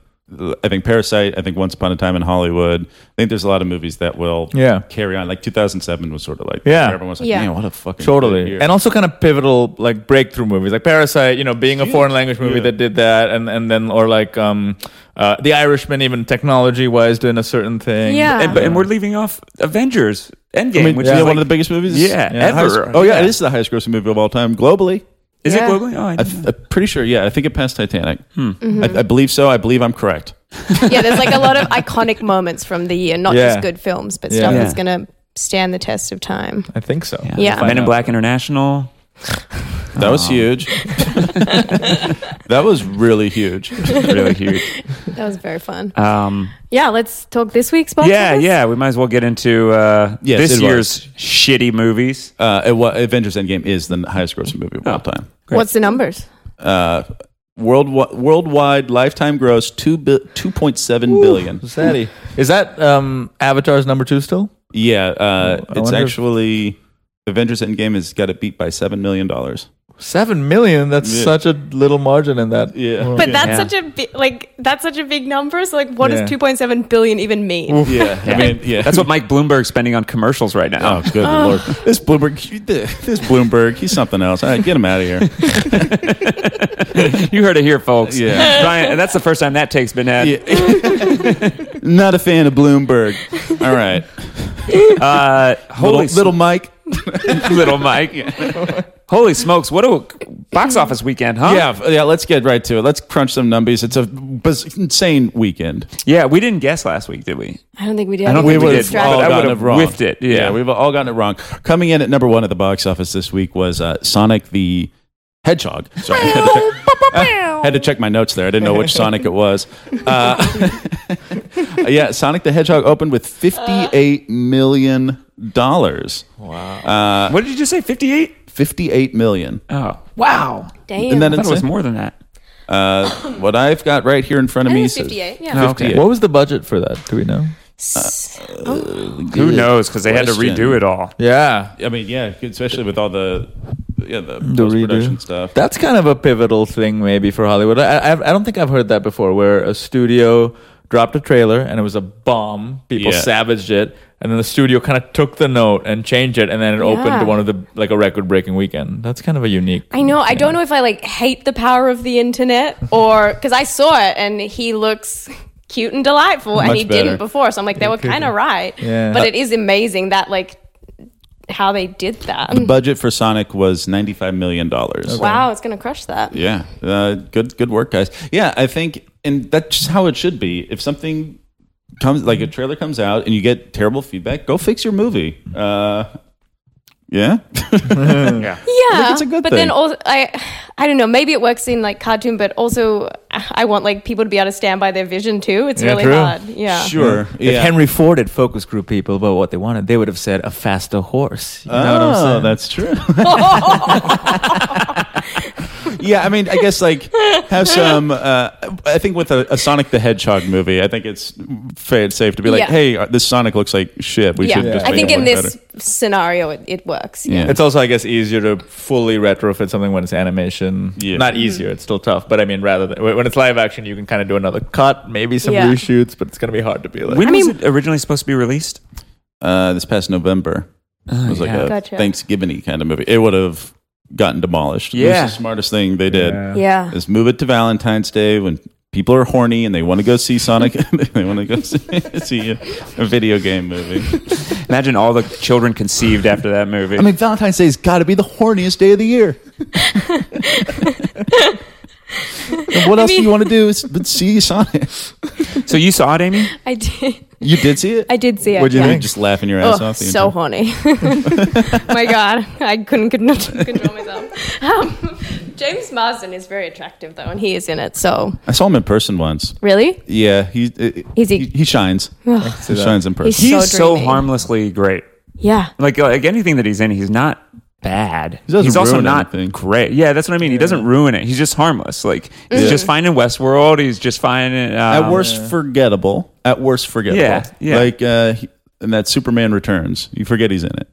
B: I think Parasite. I think Once Upon a Time in Hollywood. I think there's a lot of movies that will
D: Yeah.
B: carry on. Like 2007 was sort of like
D: Yeah.
B: where everyone was like,
C: Yeah.
B: man, what a fucking good
D: totally
B: year.
D: and also kind of pivotal like breakthrough movies like parasite you know being a foreign language movie
B: Yeah.
D: that did that and and then or like um uh the irishman even technology wise doing a certain thing
C: Yeah.
A: and, but, and we're leaving off Avengers Endgame,
B: I mean,
A: which
B: yeah,
A: is
B: one
A: like-
B: of the biggest movies.
A: yeah,
D: Yeah.
B: Highest-
A: ever.
B: oh yeah, it is the highest grossing movie of all time globally.
A: Is
C: Yeah.
A: it globally? Oh, I
B: I
A: didn't
B: th-
A: know.
B: I'm pretty sure. Yeah, I think it passed Titanic.
C: Mm-hmm.
B: I, I believe so. I believe I'm correct.
C: yeah, there's like a lot of iconic moments from the year, not
D: Yeah.
C: just good films, but
D: Yeah.
C: stuff
A: Yeah.
C: that's going to stand the test of time.
D: i think so
C: Yeah.
A: Men in Black International.
B: That was huge. that was really huge.
A: really [LAUGHS] huge.
C: That was very fun.
A: Um,
C: Yeah, let's talk this week's box
A: yeah,
C: office.
A: yeah. We might as well get into uh,
B: Yes, it
A: this
B: was.
A: year's shitty movies.
B: Uh, it wa- Avengers Endgame is the highest grossing movie of all time.
A: Great.
C: What's the numbers?
B: Uh, world worldwide lifetime gross two bi- two point seven billion.
D: Sadie.
B: Hmm.
D: is that um avatar's number two still
B: Yeah, uh,
D: I
B: it's
D: wonder if-
B: actually Avengers Endgame has got it beat by seven million dollars.
D: Seven million. That's such a little margin in that.
B: Yeah.
D: world.
C: But that's
A: Yeah.
C: such a bi- like that's such a big number. So like, what
D: Yeah.
C: does two point seven billion even mean?
B: Yeah. I mean, yeah.
A: That's what Mike Bloomberg's spending on commercials right now.
B: Oh, good lord! This Bloomberg, this Bloomberg, he's something else. All right, get him out of here.
A: You heard it here, folks. [LAUGHS]
B: Yeah.
A: Brian, and that's the first time that take's been had.
B: [LAUGHS] Not a fan of Bloomberg. All right,
A: Uh, holy
B: little, little Mike.
A: little Mike. [LAUGHS] Holy smokes! What a box office weekend, huh?
B: Yeah, f- yeah. Let's get right to it. Let's crunch some numbies. It's a biz- insane weekend.
A: yeah. We didn't guess last week, did we?
C: I don't think we did.
A: I don't
C: I think
A: think we
C: we
A: did.
C: distracted.
A: Well,
B: all
A: I
B: gotten
A: would've
B: it wrong.
A: whiffed it, yeah.
B: we've all gotten it wrong. Coming in at number one at the box office this week was uh, Sonic the Hedgehog. Sorry, I had, to check,
C: Oh, [LAUGHS]
B: Ah, had to check my notes there. I didn't know which Sonic it was. Uh, [LAUGHS] yeah, Sonic the Hedgehog opened with fifty-eight million dollars. Wow. Uh,
A: What did you just say? Fifty-eight.
B: fifty-eight million.
A: Oh, wow!
C: Damn.
B: And then
A: I thought
B: it's
A: it was more than that.
B: uh, what I've got right here in front
C: I
B: of
C: think
B: me.
C: it's
B: says-
C: 58. Yeah.
A: No, Oh, okay.
B: 58.
D: What was the budget for that? Do we know?
A: Who knows? Because they had to
B: Question.
A: redo it all.
D: Yeah.
B: I mean, yeah, especially with all the yeah the,
D: The redo.
B: production stuff.
D: That's kind of a pivotal thing, maybe for Hollywood. I, I, I don't think I've heard that before, where a studio dropped a trailer and it was a bomb. People
B: Yeah.
D: savaged it, and then the studio kind of took the note and changed it, and then it opened
C: Yeah.
D: to one of the like a record-breaking weekend. That's kind of a unique.
C: I know. I
D: thing.
C: don't know if I like hate the power of the
B: [LAUGHS]
C: internet or because I saw it and he looks cute and delightful and
D: Much
C: he
D: better.
C: didn't before. So I'm like, they were kind of right.
D: Yeah.
C: But it is amazing that like how they did that.
B: The budget for Sonic was ninety-five million dollars.
C: Wow, it's gonna crush that.
B: Yeah, uh, good good work, guys. Yeah, I think, and that's just how it should be. If something comes, like a trailer comes out, and you get terrible feedback, go fix your movie. Uh, yeah,
A: Yeah.
C: Yeah,
B: it's a good
C: but
B: thing.
C: then also, I, I don't know. Maybe it works in like cartoon, but also I want like people to be able to stand by their vision too. It's
D: Yeah,
C: really
D: true.
C: hard. Yeah,
B: [LAUGHS]
C: [LAUGHS]
B: sure.
D: If
B: Yeah.
D: Henry Ford had focus group people about what they wanted, they would have said a faster horse. You know what I'm
B: Oh,
D: saying?
B: that's true. [LAUGHS] yeah, I mean, I guess like have some. Uh, I think with a, a Sonic the Hedgehog movie, I think it's fa- safe to be like,
C: Yeah.
B: hey, uh, this Sonic looks like shit. We
C: yeah.
B: should just.
C: I
B: make
C: think
B: it
C: in
B: look
C: this scenario it, it works.
B: better.
C: Yeah.
B: Yeah.
D: It's also, I guess, easier to fully retrofit something when it's animation.
B: Yeah.
D: Not easier; it's still tough. But I mean, rather than when it's live action, you can kind of do another cut, maybe some
C: Yeah.
D: reshoots, but it's gonna be hard to be like.
A: When
C: I mean-
A: was it originally supposed to be released?
B: uh, this past November. it was like
A: Oh, yeah.
B: a
C: Gotcha.
B: Thanksgiving kind of movie. It would have gotten demolished. It
A: Yeah.
B: was the smartest thing they did.
C: Yeah.
B: Is move it to Valentine's Day when people are horny and they want to go see Sonic. [LAUGHS] they want to go see, see a, a video game movie.
A: Imagine all the children conceived after that movie.
B: I mean, Valentine's Day's got to be the horniest day of the
C: [LAUGHS]
B: year. And what else do you want to do? Is, but see Sonic.
A: so you saw it, Amy?
C: I did.
B: You did see it.
C: I did see it.
B: What'd you
C: yeah.
B: think? Just laughing your ass
C: Oh,
B: off. the
C: so
B: entire-
C: horny. [LAUGHS] My God, I couldn't, couldn't [LAUGHS] control myself. Um, James Marsden is very attractive though, and he is in it. So
B: I saw him in person once.
C: really,
B: Yeah, he he,
C: Is he-
B: he, shines. he shines in person.
C: he's
A: He's so,
C: dreamy.
A: harmlessly great.
C: Yeah,
A: Like uh, like anything that he's in, he's not bad.
B: doesn't
A: he's also
B: ruin
A: not
B: anything.
A: great. Yeah, that's what I mean. He doesn't ruin it. He's just harmless. Like he's just fine in Westworld. He's just fine in um,
B: at worst forgettable. At worst forgettable.
A: Yeah, yeah.
B: Like uh, he- and that Superman Returns. You forget he's in it.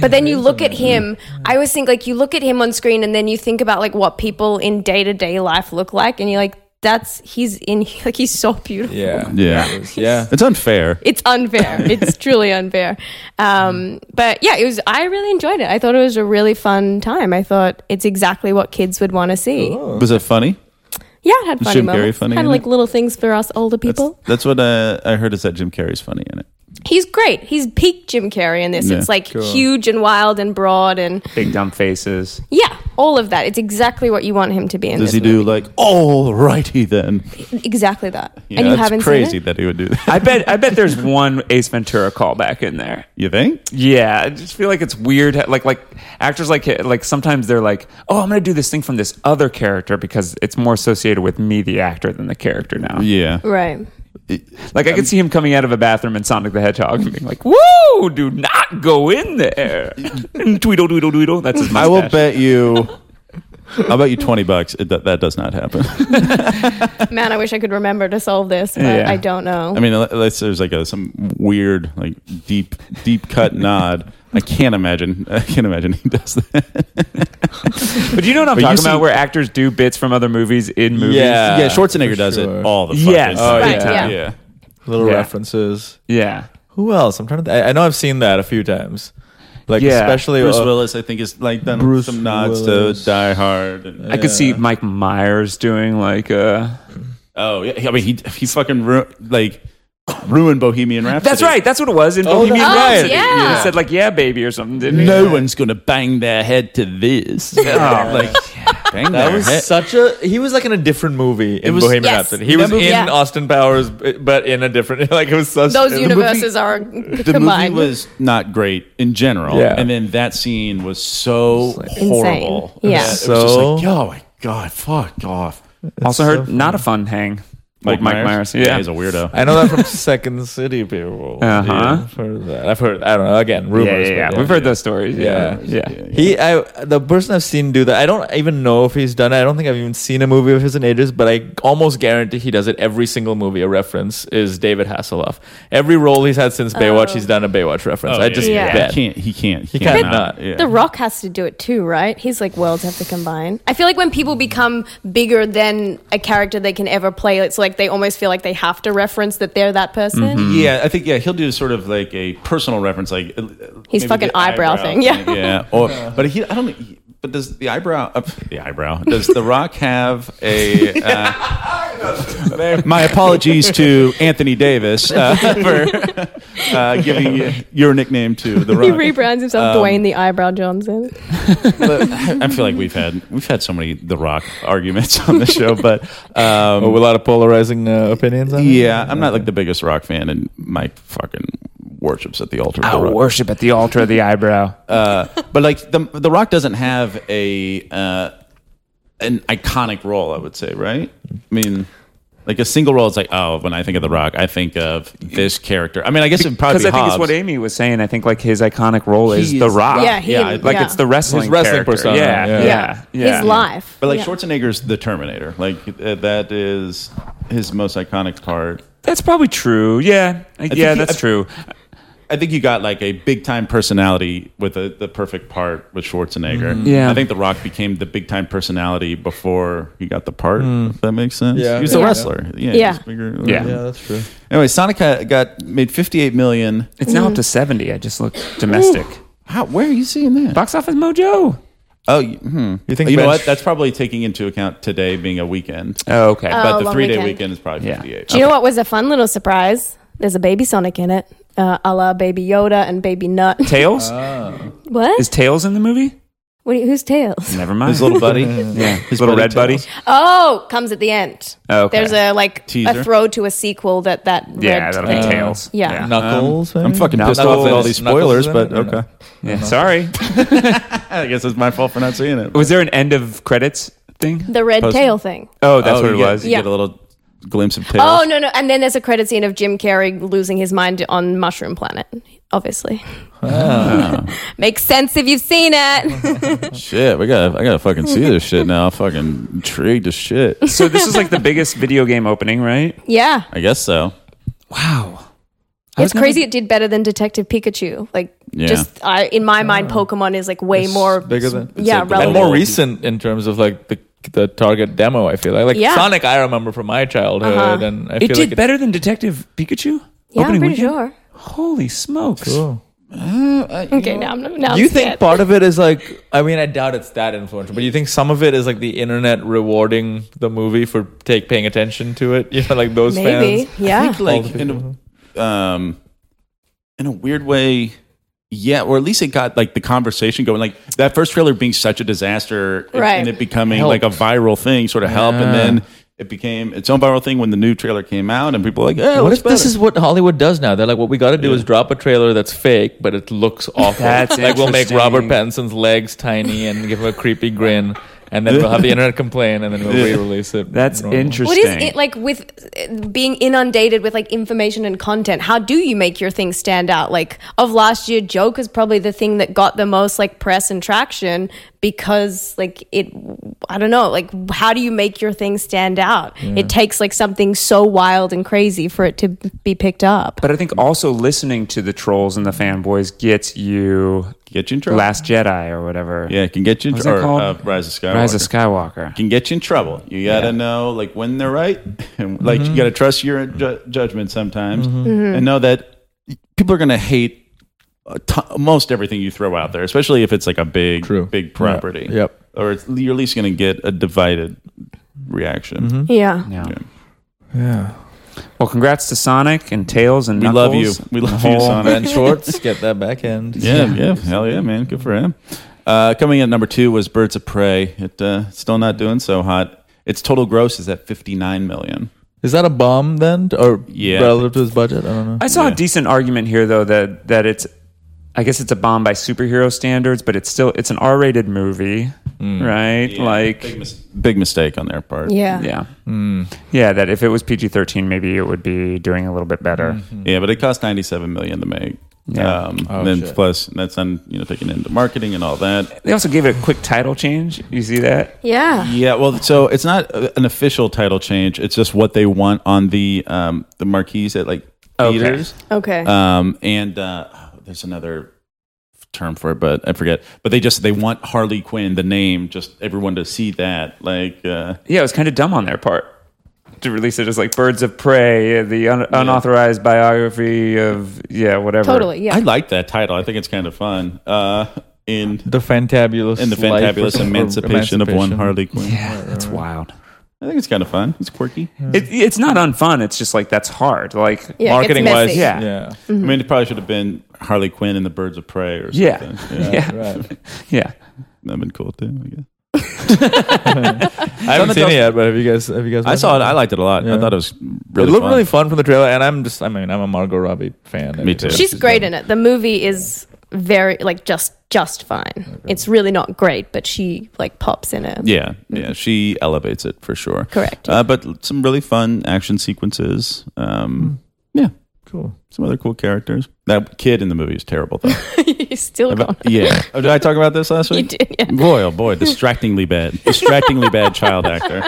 C: But then you look at him. I always think like you look at him on screen, and then you think about like what people in day to day life look like, and you're like, that's he's in [LAUGHS] like he's so beautiful.
D: yeah,
B: Yeah.
D: It was- yeah.
B: It's unfair.
C: It's unfair. it's truly unfair. Um, but yeah, it was. I really enjoyed it. I thought it was a really fun time. I thought it's exactly what kids would want to see.
B: Was it funny?
C: Yeah, it had funny
B: Jim Carrey
C: moments.
B: funny
C: kind
B: in
C: of like
B: it?
C: little things for us older
B: That's,
C: people.
B: that's what uh, I heard is that Jim Carrey's funny in it.
C: He's great. He's peak Jim Carrey in this.
B: Yeah.
C: it's like huge and wild and broad and
A: big dumb faces.
C: yeah, all of that. It's exactly what you want him to be in.
B: Does he
C: this
B: do like all righty then?
C: exactly that?
B: Yeah,
C: and you
B: that's
C: haven't
B: crazy
C: seen it.
B: that he would do that.
A: I bet I bet
B: [LAUGHS]
A: there's one Ace Ventura callback in there.
B: You think?
A: Yeah, I just feel like it's weird. Like like actors like like sometimes they're like, oh, I'm gonna do this thing from this other character because it's more associated with me, the actor, than the character now.
B: Yeah.
C: Right.
A: Like I could see him coming out of a bathroom in Sonic the Hedgehog and being like, "Woo! Do not go in there." And tweedle, tweedle, tweedle. That's his mustache.
B: I will
A: [LAUGHS]
B: bet you. I'll bet you twenty bucks. It, that, that does not happen.
C: Man, I wish I could remember to solve this, but
A: Yeah.
C: I don't know.
B: I mean, unless there's like a some weird like deep deep cut nod. I can't imagine. I can't imagine he does that.
A: But you know what I'm
B: you
A: talking
B: see-
A: about? Where actors do bits from other movies in movies.
D: Yeah.
B: yeah, Schwarzenegger
D: for
B: does
D: sure.
B: it all the fucking
A: Yes.
B: time.
D: Oh,
C: Right,
D: yeah.
C: yeah.
B: yeah.
D: Little
A: Yeah.
D: references.
A: Yeah.
D: Who else? I'm trying to. Th- I I know I've seen that a few times. Like
A: Yeah.
D: especially
B: Bruce
D: uh,
B: Willis, I think, is like done
D: Bruce
B: some nods
D: Willis.
B: to Die Hard. And,
A: I could see Mike Myers doing like uh
B: oh, yeah. I mean, he he fucking ru- like ruined Bohemian Rhapsody.
A: That's right. That's what it was in
D: Oh,
A: Bohemian
D: that's
A: Rhapsody.
D: right.
C: Yeah.
A: He said like yeah baby or something, didn't he?
B: No one's gonna bang their head to [LAUGHS] this. like bang
D: That
B: their
D: was
B: head.
D: such a. He was like in a different movie in
B: was-
D: Bohemian
C: Yes.
D: Rhapsody. He was
B: That
D: in
B: movie-
C: Yeah.
D: Austin Powers, but in a different. [LAUGHS] Like it was such.
C: Those
D: it-
C: universes
B: [LAUGHS]
C: are
B: the
C: combined.
B: movie was not great in general,
D: Yeah.
B: and then that scene was so horrible.
C: Insane. Yeah.
B: that it was just
D: So-
B: like, oh my god, fuck off.
A: Also
D: so
A: heard
D: funny.
A: not a fun hang. Mike, Mike Myers.
B: yeah,
A: Yeah.
B: he's a weirdo.
D: I know that from [LAUGHS] Second City people.
A: Uh-huh.
D: Yeah, I've heard that. I've heard. I don't know. Again, rumors.
A: yeah, yeah, yeah.
D: but
A: We've heard those stories. Yeah. Yeah.
D: He, I, the person I've seen do that. I don't even know if he's done it. I don't think I've even seen a movie of his in ages, but I almost guarantee he does it every single movie. A reference is David Hasselhoff. Every role he's had since Baywatch, he's done a Baywatch reference. I just
C: yeah.
D: bet.
B: Oh, He can't. He can't. He,
D: can't
B: cannot.
D: not.
B: Yeah.
C: The Rock has to do it too, right? He's like worlds have to combine. I feel like when people become bigger than a character they can ever play, it's like they almost feel like they have to reference that they're that person.
B: Yeah, I think yeah he'll do sort of like a personal reference, like uh,
C: His
B: maybe
C: fucking
B: the
C: eyebrow thing, yeah.
B: yeah.
C: [LAUGHS]
B: Or but he, I don't. know, But does the eyebrow? Uh, the eyebrow. Does the Rock have
C: [LAUGHS]
B: a? Uh, my apologies to Anthony Davis uh, [LAUGHS] for uh, giving you- your nickname to the
C: He
B: Rock.
C: rebrands himself
A: um,
C: Dwayne the Eyebrow Johnson.
B: But I feel like we've had we've had so many the Rock arguments on the show, but um,
D: Oh, a lot of polarizing uh, opinions. On
B: yeah, I'm not like the biggest Rock fan, and Mike fucking worships at the altar. of The
A: Oh,
B: Rock.
A: worship at the altar of the eyebrow.
B: Uh, but like the the Rock doesn't have a uh, an iconic role, I would say, right? I mean, like a single role is like, oh, when I think of the Rock, I think of this character. I mean, I guess it'd probably
A: Because
B: be
A: I think it's
B: Hobbs.
A: what Amy was saying. I think like his iconic role is
B: He
A: the
B: is
A: Rock.
C: Yeah, he-
B: Yeah, I-
A: Ah, Like
C: yeah.
A: it's the wrestling
D: His wrestling
A: character.
D: persona,
A: Yeah,
D: yeah.
A: yeah, yeah.
C: His life.
B: But like
C: Yeah.
B: Schwarzenegger's the Terminator. Like uh, that is his most iconic part.
A: That's probably true. Yeah, yeah,
B: he-
A: that's
B: I-
A: true.
B: I think you got like a big time personality with a, the perfect part with Schwarzenegger.
A: Yeah.
B: I think The Rock became the big time personality before he got the part. If that makes sense.
D: Yeah.
B: he was
D: Yeah.
B: a wrestler. Yeah, he
C: Yeah.
B: was bigger.
A: Yeah.
D: Yeah, that's true.
B: Anyway, Sonic ha- got made fifty eight million.
A: It's now up
C: Mm.
A: to seventy. I just looked domestic.
B: How? Where are you seeing that?
A: Box office mojo.
B: Oh, you- hmm.
D: You think
B: you know
D: Ben-
B: what? That's probably taking into account today being a weekend.
A: Oh, okay.
B: but the
C: long
B: three day
C: weekend.
B: weekend is probably
A: Yeah.
B: fifty eight.
C: Do you know what was a fun little surprise? There's a baby Sonic in it, uh, a la Baby Yoda and Baby Nut. [LAUGHS]
A: Tails
C: uh, what?
A: is Tails in the movie?
C: what do you, who's Tails?
A: Never mind.
B: His little
D: [LAUGHS]
A: [LAUGHS]
B: buddy.
A: yeah, his little
B: buddy
A: red buddy.
B: Tails.
C: Oh, comes at the end.
A: Oh, okay.
C: There's a like
B: Teaser?
C: a throw to a sequel that that
A: yeah,
C: red- uh,
A: that'll be Tails.
C: yeah.
D: Knuckles.
B: I'm
D: maybe?
B: fucking
A: No,
B: pissed
A: that
B: off
A: was-
B: at all these
D: Knuckles
B: spoilers,
D: in
B: but
D: it?
B: okay.
A: Yeah, Sorry.
B: I guess it's my fault for not seeing it.
A: Was there an end of credits thing?
C: the red
B: Post-
C: tail thing.
A: Oh, that's
B: Oh,
A: what it
B: you get-
A: was.
B: You get a little glimpse of Tails.
C: Oh no no! And then there's a credit scene of Jim Carrey losing his mind on Mushroom Planet. Obviously,
A: Ah.
C: [LAUGHS] makes sense if you've seen it.
B: Shit, we got. I gotta fucking see this shit now. I'm fucking intrigued as shit.
A: So this is like the biggest video game opening, right?
C: [LAUGHS] yeah,
B: I guess so.
A: Wow. I was
C: it's
A: never-
C: crazy. It did better than Detective Pikachu. Like,
B: Yeah.
C: just I in my mind, Pokemon is like way more
D: bigger than-
C: yeah,
B: It's like the
D: Oh. and
C: relevant.
D: more recent in terms of like the the target demo. I feel like like
C: Yeah.
D: Sonic. I remember from my childhood,
C: Uh-huh.
D: and I feel
A: It
D: like
A: did better than Detective Pikachu.
C: yeah, I'm
A: Opening
C: pretty
A: weekend?
C: sure.
A: Holy smokes!
D: Cool.
C: Okay, now I'm now. I'm
D: Uh, you think
C: scared.
D: part of it is like I mean I doubt it's that influential, but you think some of it is like the internet rewarding the movie for take paying attention to it. [LAUGHS] You know, like those
C: maybe?
D: fans.
C: Yeah,
B: like in a, um, in a weird way, yeah. Or at least it got like the conversation going. Like that first trailer being such a disaster, and-
C: Right.
B: and it becoming
D: Helped.
B: like a viral thing, sort of help, and then. It became its own viral thing when the new trailer came out, and people were like, "Eh, "Yeah,
D: What
B: looks
D: if this
B: better."
D: is what Hollywood does now? They're like, what we got to do is drop a trailer that's fake, but it looks awful.
A: That's
D: like we'll make
A: interesting.
D: Robert Pattinson's legs tiny and give him a creepy grin, and then we'll [LAUGHS] have the internet complain, and then we'll re-release it.
A: That's
D: normal.
A: interesting.
C: What is it like with uh, being inundated with like information and content? How do you make your thing stand out? Like of last year, joke is probably the thing that got the most like press and traction because like it, I don't know, like how do you make your thing stand out? It takes like something so wild and crazy for it to be picked up.
A: But I think also listening to the trolls and the fanboys gets you
B: Get you in trouble.
A: Last Jedi or whatever.
B: yeah, it can get you in
A: What's that
B: trouble.
A: called?
B: Uh, Rise of Skywalker.
A: Rise of Skywalker.
B: can get you in trouble. You gotta know like when they're right, [LAUGHS] and like you gotta trust your ju- judgment sometimes, and know that people are gonna hate a to- most everything you throw out there, especially if it's like a big,
D: True.
B: big property.
D: Yeah. Yep.
B: Or it's, you're at least gonna get a divided reaction.
C: yeah.
A: Yeah.
D: Yeah.
A: Well, congrats to Sonic and Tails and
B: We love you.
A: Knuckles.
B: We love
A: Whole-
B: you, Sonic.
D: [LAUGHS] Ben Schwartz, get that back
B: [LAUGHS]
D: end.
B: Yeah, yeah, hell yeah, man. Good for him. Uh, coming in at number two was Birds of Prey. It uh, still not doing so hot. Its total gross is at fifty nine million.
D: Is that a bomb then, or
B: Yeah.
D: relative to his budget? I don't know.
A: I saw
B: Yeah.
A: a decent argument here though that that it's I guess it's a bomb by superhero standards, but it's still it's an R-rated movie, right?
B: big,
A: like
B: mis- big mistake on their part.
C: Yeah.
A: yeah. Yeah, that if it was PG-13 maybe it would be doing a little bit better.
B: Yeah, but it cost ninety seven million to make.
A: Yeah.
B: Um,
D: Oh,
B: and then
D: shit.
B: plus that's on you know taking into marketing and all that.
A: They also gave it a quick title change. You see that?
C: Yeah.
B: Yeah, well, so it's not uh, an official title change. It's just what they want on the um, the marquees at like
A: Okay.
B: theaters.
C: Okay.
B: Um, and uh, there's another term for it, but I forget. But they just they want Harley Quinn the name, just everyone to see that. Like, uh,
A: Yeah, it was kind of dumb on their part to release it as like Birds of Prey, the un- unauthorized biography of yeah, whatever.
C: totally. Yeah.
B: I like that title. I think it's kind of fun. Uh, and
D: The fantabulous
B: and the
D: life
B: fantabulous
D: of-
B: emancipation, of one
D: emancipation.
B: Harley Quinn.
A: Yeah, that's wild.
B: I think it's kind of fun. It's quirky.
A: It, it's not unfun. It's just like that's hard. Like
C: Yeah, it gets
B: marketing
C: messy.
B: wise,
A: yeah.
D: Yeah.
B: I mean, it probably should have been Harley Quinn and the Birds of Prey or something.
A: Yeah.
B: Mm-hmm. yeah.
D: [LAUGHS]
A: yeah,
D: Right.
A: yeah.
B: That'd been cool too, I [LAUGHS] guess.
D: I haven't seen
B: else-
D: it yet, but have you guys? Have you guys?
B: I saw it. I liked it a lot. I
D: Yeah.
B: thought it was
D: It
B: really
D: looked
B: fun.
D: really fun from the trailer, and I'm just. I mean, I'm a Margot Robbie fan.
B: Me too.
C: She's great in it. The movie is very like just just fine. It's really not great, but she like pops in it.
B: Yeah, yeah, she elevates it for sure.
C: Correct.
B: Uh, but some really fun action sequences. Um, Yeah,
C: [LAUGHS]
D: Cool.
B: some other cool characters. That kid in the movie is terrible [LAUGHS] though.
C: [LAUGHS] you still
B: About-
C: gone.
B: yeah. Oh, did I talk about this last
C: You
B: week?
C: did, [LAUGHS] yeah.
B: Boy, oh boy, distractingly bad, distractingly bad child actor.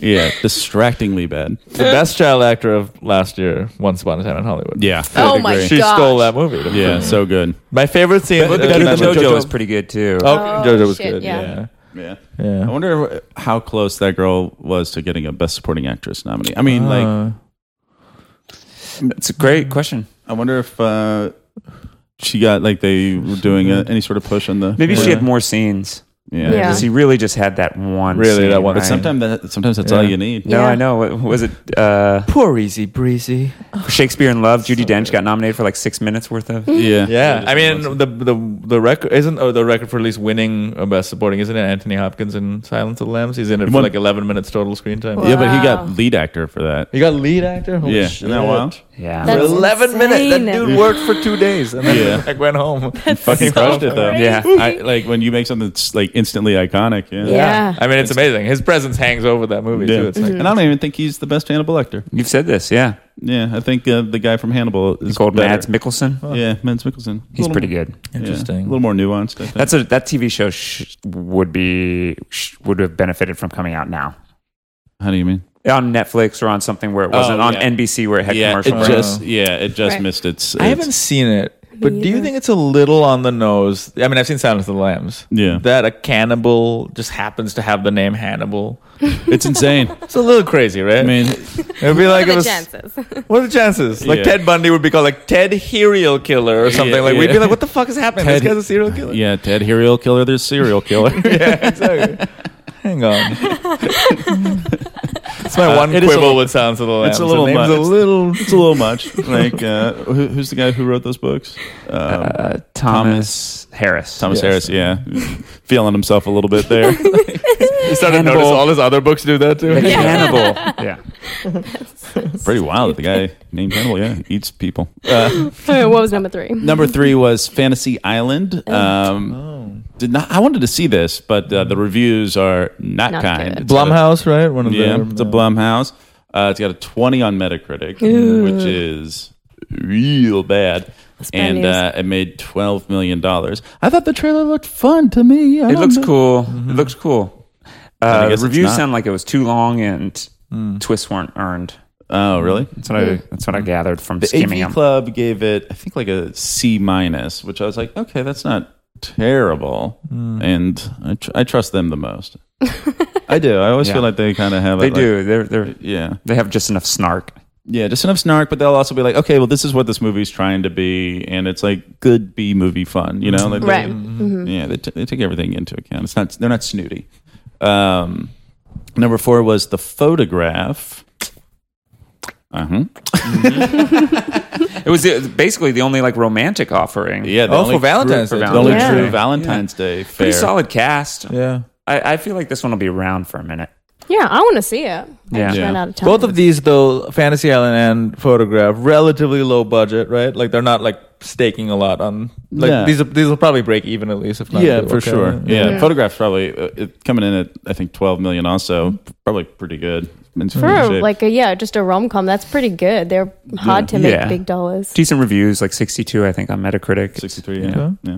B: Yeah, distractingly bad.
D: The best child actor of last year, Once Upon a Time in Hollywood.
B: Yeah.
C: Oh my
D: She
C: gosh.
D: stole that movie. to-
B: Yeah, so good.
D: My favorite scene.
B: But
D: uh,
B: better than
D: Jojo-
A: JoJo was pretty good too.
D: Oh,
C: Oh,
D: JoJo was
C: shit,
D: good.
C: yeah.
D: yeah.
B: Yeah.
D: Yeah.
B: I wonder how close that girl was to getting a Best Supporting Actress nominee. I mean, like,
D: Uh,
A: It's a great question.
B: I wonder if uh, she got like they were doing a, any sort of push on the.
A: Maybe she
D: Yeah.
A: had more scenes.
B: Yeah.
C: Yeah.
A: Because he really just had that one.
D: Really,
A: scene,
D: that one.
A: Right?
B: But sometimes that sometimes that's
D: Yeah.
B: all you need.
A: No,
C: Yeah.
A: I know. What was it? Uh,
D: poor Easy Breezy.
A: Shakespeare in Love. Judy Dench got nominated for like six minutes worth of.
B: Yeah.
D: Yeah, I mean the the the record isn't or the record for at least winning a best supporting isn't it Anthony Hopkins in Silence of the Lambs? He's in it for
B: won-
D: like eleven minutes total screen time.
B: Yeah, but he
C: Wow.
B: got lead actor for that.
D: He got lead actor. Holy
B: yeah.
D: shit.
B: Isn't that wild?
A: Yeah.
D: For
C: That's
D: eleven minutes, that
C: insane.
D: dude worked for two days and then
B: Yeah.
D: like went home. [LAUGHS]
B: Fucking crushed it though.
C: crazy.
A: Yeah.
B: I, [LAUGHS] like when you make something that's like instantly iconic. Yeah.
C: Yeah.
D: I mean it's amazing. His presence hangs over that movie
B: Yeah.
D: too. It's like
B: And I don't even think he's the best Hannibal Lecter.
A: You've said this. Yeah.
B: Yeah, I think uh, the guy from Hannibal is
A: Called
B: better.
A: Mads Mikkelsen.
B: Yeah, Mads Mikkelsen.
A: He's pretty good.
B: Interesting. a little more nuanced. I think.
A: That's a that TV show sh- would be sh- would have benefited from coming out now
B: How do you mean?
A: on Netflix or on something where it
B: Oh,
A: wasn't on
B: yeah.
A: NBC where it had
B: Yeah,
A: commercial.
B: it
D: commercials.
B: just yeah, it just
C: Right.
B: missed its.
D: I
B: its-
D: haven't seen it. But do you
C: either.
D: think it's a little on the nose? I mean, I've seen Silence of the Lambs. [LAUGHS]
B: Yeah. [LAUGHS]
D: That a cannibal just happens to have the name Hannibal.
B: It's insane.
D: It's a little crazy, right?
B: I mean,
D: it'd be like it
C: What are the
D: was-
C: chances?
D: What are the chances? Like
B: Yeah.
D: Ted Bundy would be called like Ted Serial Killer or something.
B: Yeah,
D: like we'd
B: yeah.
D: be like, what the fuck is happening?
B: Ted-
D: this guy's a serial killer.
B: yeah, Ted Serial Killer. There's serial killer.
D: yeah exactly. Hang on. It's my
B: Uh,
D: one
B: it is a
D: quibble
B: little-
D: with Sounds of the Lambs.
B: it's a little
D: The
B: much.
D: name's
B: It's a little. It's a little much. Like, uh, who, who's the guy who wrote those books? Um,
A: uh, Thomas, Harris.
B: Thomas
D: yes.
B: Harris. Yeah, feeling himself a little bit there.
D: You started to
A: Hannibal.
D: notice all his other books do that too.
A: The Hannibal. [LAUGHS] yeah.
B: Pretty wild. The guy named Hannibal. Yeah, eats people. Uh,
C: Oh, what was number three? Oh.
A: Oh.
B: Number three was Fantasy Island. Um, did not. I wanted to see this, but uh, the reviews are not,
C: Not
B: kind.
C: good.
B: It's got a-
D: Blumhouse, right? One of
B: yeah,
D: the
B: it's a Blumhouse. Uh, it's got a 20 on Metacritic, which is real bad.
C: bad
B: and
C: news.
B: uh, it made 12 million dollars. I thought the trailer looked fun to me. I
A: It
B: don't
A: looks
B: know.
A: cool. It looks cool.
B: I
A: Uh,
B: guess it's
A: reviews
B: not.
A: sound like it was too long and twists weren't earned.
B: Oh, really?
A: Mm. That's what I. That's what I gathered from
B: The AV
A: skimming them.
B: Club gave it, I think, like a C minus, which I was like, okay, that's not terrible. And I, tr- I trust them the most. I do. I always
A: Yeah.
B: feel like they kind of have.
A: They
B: it, like-
A: do. They're they're
B: yeah.
A: they have just enough snark.
B: Yeah, just enough snark, but they'll also be like, okay, well, this is what this movie's trying to be, and it's like good B movie fun, you know? Like, they-
C: Right.
B: Yeah, they, t- they take everything into account. It's not they're not snooty. Um, number four was the photograph. Uh huh.
A: It was the, basically the only like romantic offering.
B: Yeah. The
D: Oh,
B: only
D: for Valentine's
A: for
D: Day.
B: The only
A: Valentine's
C: Yeah.
B: true
A: Day.
B: Valentine's Day
A: Yeah.
B: fair.
A: Pretty solid cast.
D: Yeah.
A: I, I feel like this one will be around for a minute.
C: Yeah, I want to see it. I
A: Yeah.
C: just
B: Yeah.
C: ran out of time.
D: Both of these, though, Fantasy Island and Photograph, relatively low budget, right? Like they're not like staking a lot on. Like
B: Yeah.
D: these, are, these will probably break even at least, if not.
B: yeah,
D: do
B: for
D: okay.
B: sure. Yeah. photographs probably uh, it, coming in at I think twelve million. Also, probably pretty good. It's pretty good
C: for
B: shape.
C: like a, yeah, just a rom com. That's pretty good. They're hard to make
A: Yeah.
C: big dollars.
A: Decent reviews, like 62, I think, on Metacritic.
B: 63. Yeah.
D: Okay.
B: Yeah.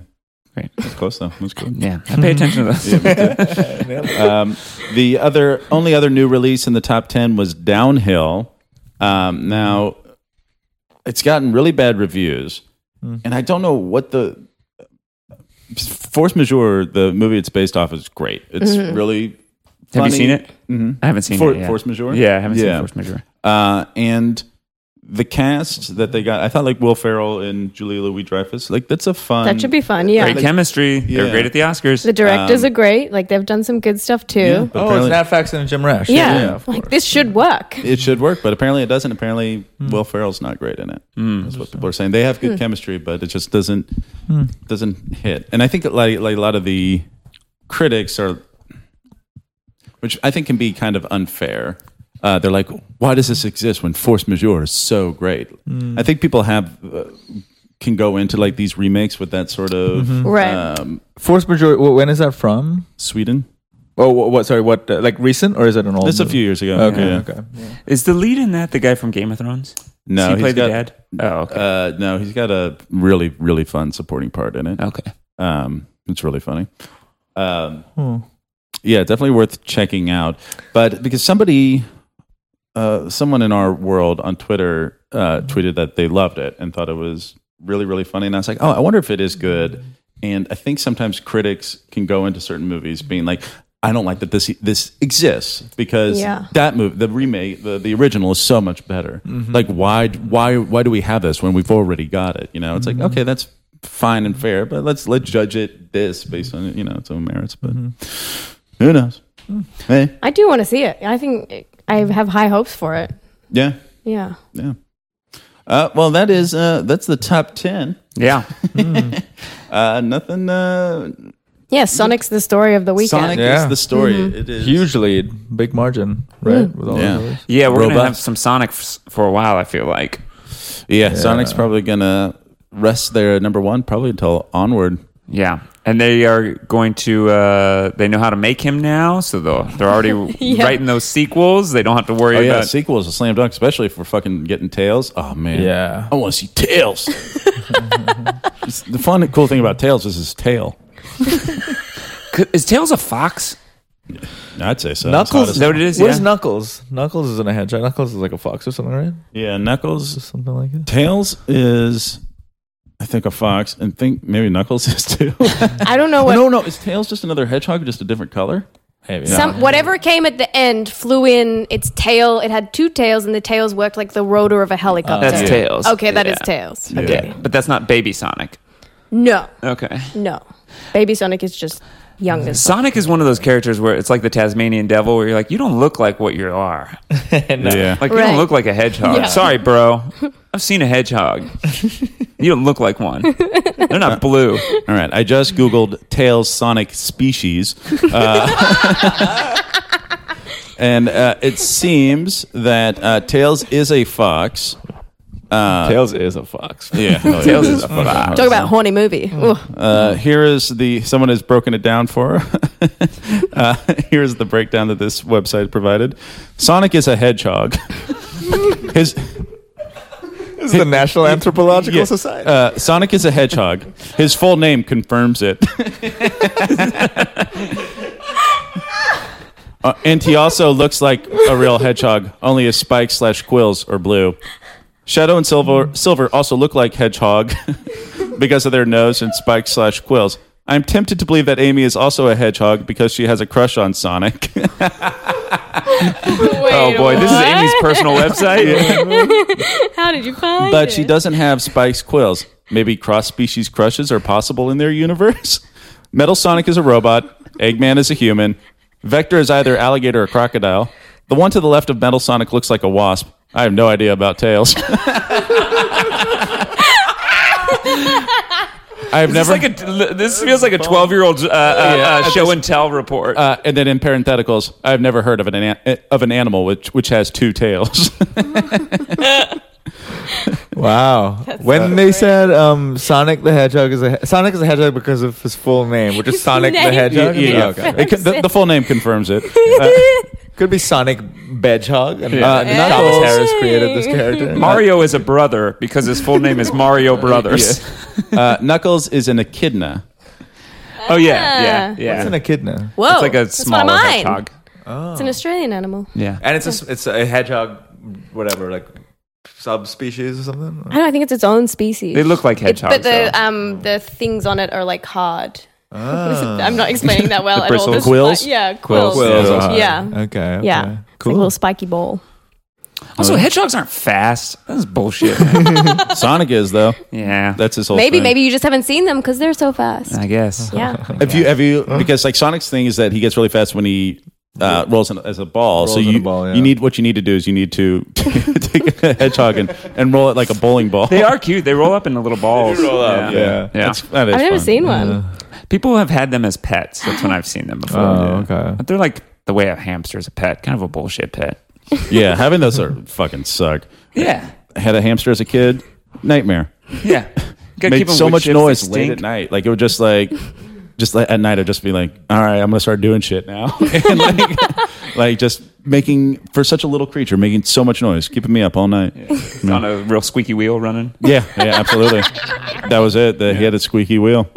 A: Great.
B: That's close though. That's cool.
A: Yeah, I
C: Mm-hmm.
A: pay attention to those. [LAUGHS]
B: Um, the other only other new release in the top 10 was Downhill. Um, now it's gotten really bad reviews.
A: Hmm.
B: And I don't know what the Force Majeure, the movie it's based off, is great. It's
A: Mm-hmm.
B: really
A: Have you
B: funny.
A: seen it?
B: Mhm.
A: I haven't seen
B: For-
A: it. Yet.
B: Force Majeure?
A: Yeah, I haven't
B: Yeah.
A: seen Force Majeure.
B: Uh, and the cast that they got, I thought like Will Ferrell and Julia Louis Dreyfus, like that's a fun.
C: That should be fun. Yeah.
A: Great chemistry. They
B: Yeah.
A: were great at the Oscars.
C: The directors
B: Um,
C: are great. Like they've done some good stuff too.
B: Yeah,
C: Yeah.
B: but
D: Oh,
B: apparently-
D: it's Nat Faxon and Jim Rash.
B: yeah, of
C: like this should work.
B: it should work, but apparently it doesn't. Apparently, Will Ferrell's not great in it.
A: Hmm.
B: That's what people are saying. They have good chemistry, but it just doesn't doesn't hit. And I think that like, like a lot of the critics are, which I think can be kind of unfair. Uh, they're like, why does this exist when Force Majeure is so great?
A: Hmm.
B: I think people have uh, can go into like these remakes with that sort of
A: Mm-hmm.
C: Right.
B: um,
D: Force Majeure. wh- When is that from?
B: Sweden.
D: Oh, wh- what? Sorry, what? Uh, like recent or is it an old?
B: That's a
D: movie?
B: few years ago.
D: Okay.
B: Yeah.
D: Okay.
A: Is the lead in that the guy from Game of Thrones? Does
B: No,
A: he
B: he's
A: played
B: got-
A: the dad? Oh, okay.
B: Uh, no, he's got a really really fun supporting part in it.
A: okay.
B: Um, it's really funny. Um,
D: Hmm.
B: Yeah, definitely worth checking out. But because somebody, uh, someone in our world on Twitter uh, tweeted that they loved it and thought it was really, really funny. And I was like, oh, I wonder if it is good. And I think sometimes critics can go into certain movies being like, I don't like that this this exists because
C: Yeah.
B: that movie, the remake, the, the original is so much better. Like, why why why do we have this when we've already got it? You know, it's like okay, that's fine and fair, but let's let's judge it this based on you know its own merits. But who knows? Hey,
C: I do want to see it. I think I have high hopes for it.
B: yeah,
C: Yeah.
B: yeah. Uh, well, that is uh, that's the top ten.
A: Yeah.
B: Uh, nothing. Uh,
C: Yeah. Sonic's the story of the weekend.
B: Sonic
D: Yeah.
B: is the story. It is
D: Huge lead, big margin, right? With all
B: Yeah.
D: of those.
A: Yeah, we're going to
B: Robust.
A: have some Sonic f- for a while, I feel like.
B: Yeah, Sonic's probably gonna rest their number one probably until onward.
A: Yeah. And they are going to, uh, they know how to make him now. So they'll- they're already
C: [LAUGHS] Yeah.
A: writing those sequels. They don't have to worry
B: Oh yeah,
A: about
B: sequels a slam dunk, especially if we're fucking getting tails. Oh man,
D: Yeah.
B: I want to see
D: [LAUGHS]
B: tails. It's the fun, and cool thing about tails is his tail.
A: C- Is Tails a fox?
B: I'd say so.
D: Knuckles.
B: It's
A: Is that what it is?
D: What is
A: Yeah.
D: Knuckles? Knuckles is in a hedgehog. Knuckles is like a fox or something, right?
B: yeah, Knuckles.
D: Something like that.
B: Tails is, I think, a fox, and think maybe Knuckles is too.
C: I don't know what.
B: no, no, is tails just another hedgehog, just a different color?
D: Maybe.
C: Some whatever came at the end flew in its tail. It had two tails, and the tails worked like the rotor of a helicopter.
A: That's Tails.
C: Okay, that is
A: Yeah.
C: tails.
A: Okay. But that's not Baby Sonic.
C: No,
A: Okay.
C: no, Baby Sonic is just younger.
A: Sonic is one of those characters where it's like the Tasmanian devil, where you're like, you don't look like what you are.
B: Yeah,
A: Like, you
C: Right.
A: don't look like a hedgehog.
C: Yeah.
A: Sorry, bro. I've seen a hedgehog. you don't look like one. They're not blue.
B: All right, I just
C: hmm.
B: googled tails sonic species, Uh, [LAUGHS] and uh, it seems that uh, tails is a fox. Uh,
D: Tails is a fox.
B: [LAUGHS] yeah.
A: Tails is Mm. a fox.
C: Talk about horny movie. Ooh.
B: Uh, here is the someone has broken it down for. her. [LAUGHS] uh, here is the breakdown that this website provided. Sonic is a hedgehog. [LAUGHS] His
D: This is the National Anthropological
B: yeah,
D: Society.
B: uh, Sonic is a hedgehog. His full name confirms it. Uh, and he also looks like a real hedgehog, only his spikes slash quills are blue. Shadow and Silver Silver also look like hedgehog [LAUGHS] because of their nose and spikes slash quills. I'm tempted to believe that Amy is also a hedgehog because she has a crush on Sonic. [LAUGHS]
A: Oh boy, this is Amy's personal website.
C: How did you find
B: but she doesn't have spikes quills. Maybe cross species crushes are possible in their universe. [LAUGHS] Metal Sonic is a robot. Eggman is a human. Vector is either alligator or crocodile. The one to the left of Metal Sonic looks like a wasp. I have no idea about tails. [LAUGHS] I've
A: This, is
B: [LAUGHS] never.
A: like a, this feels like a 12 year old uh, uh, uh, show and tell report.
B: uh, and then in parentheticals, I've never heard of an, an of an animal which which has two tails. [LAUGHS]
D: wow. When they said um, Sonic the Hedgehog is a he- Sonic is a hedgehog because of his full name, which is
C: His
D: Sonic the
C: name.
D: Hedgehog.
B: Yeah, yeah.
D: okay.
B: It con- the, the full name confirms
A: [LAUGHS]
B: it.
A: uh,
B: Uh,
D: Could be Sonic Bedgehog. And uh,
B: Yeah. Oh.
D: Thomas
B: Knuckles.
D: Harris created
B: [LAUGHS]
D: this character.
A: Mario is a brother because his full name is Mario Brothers.
B: Uh, Knuckles is an echidna.
A: Oh yeah, yeah, yeah.
D: It's an echidna.
C: [LAUGHS] Whoa,
A: it's like a
C: Ah. Oh, that's one
A: smaller
C: of mine.
A: hedgehog.
C: It's an Australian animal.
A: Yeah.
D: And it's a, it's a hedgehog, whatever, like subspecies or something.
C: I don't. know, I think it's its own species.
A: They look like hedgehogs.
C: but the
A: though.
C: um the things on it are like hard. [LAUGHS] I'm not explaining that well
A: The
C: at
A: bristle
C: all. This is
B: quills?
C: like- yeah, quills.
A: Quills
C: Yeah,
A: are-
C: yeah.
D: Okay. okay.
C: Yeah. It's like a
D: Cool.
C: little spiky ball.
A: also, hedgehogs aren't fast. That's bullshit.
B: Sonic is though.
A: yeah,
B: That's his whole.
C: Maybe
B: thing.
C: maybe you just haven't seen them because they're so fast.
A: I guess.
C: Yeah.
B: If you have you because like Sonic's thing is that he gets really fast when he uh, rolls in, as a ball. so
D: Rolls in
B: you
D: a ball, yeah.
B: you need what you need to do is you need to [LAUGHS] take a hedgehog and, and roll it like a bowling ball. [LAUGHS]
A: They are cute. They roll up into little balls.
D: up, yeah.
A: yeah.
B: That's, that is
C: I've never
B: fun.
C: seen one.
A: People have had them as pets. That's when I've seen them before.
D: Oh,
A: Yeah.
D: okay.
A: But they're like the way a hamster's a pet, kind of a bullshit pet.
B: Yeah, having those are fucking suck.
A: Yeah,
B: I had a hamster as a kid, nightmare.
A: yeah. Gotta
B: Made
A: keep 'em
B: so
A: wood
B: much
A: chips, they
B: noise late
A: stink.
B: at night. Like it would just like. Just like at night, I'd just be like, "All right, I'm gonna start doing shit now," [LAUGHS] and like, like just making for such a little creature, making so much noise, keeping me up all night.
A: on a real squeaky wheel running.
B: Yeah, yeah, absolutely. that was it. The, He had a squeaky wheel.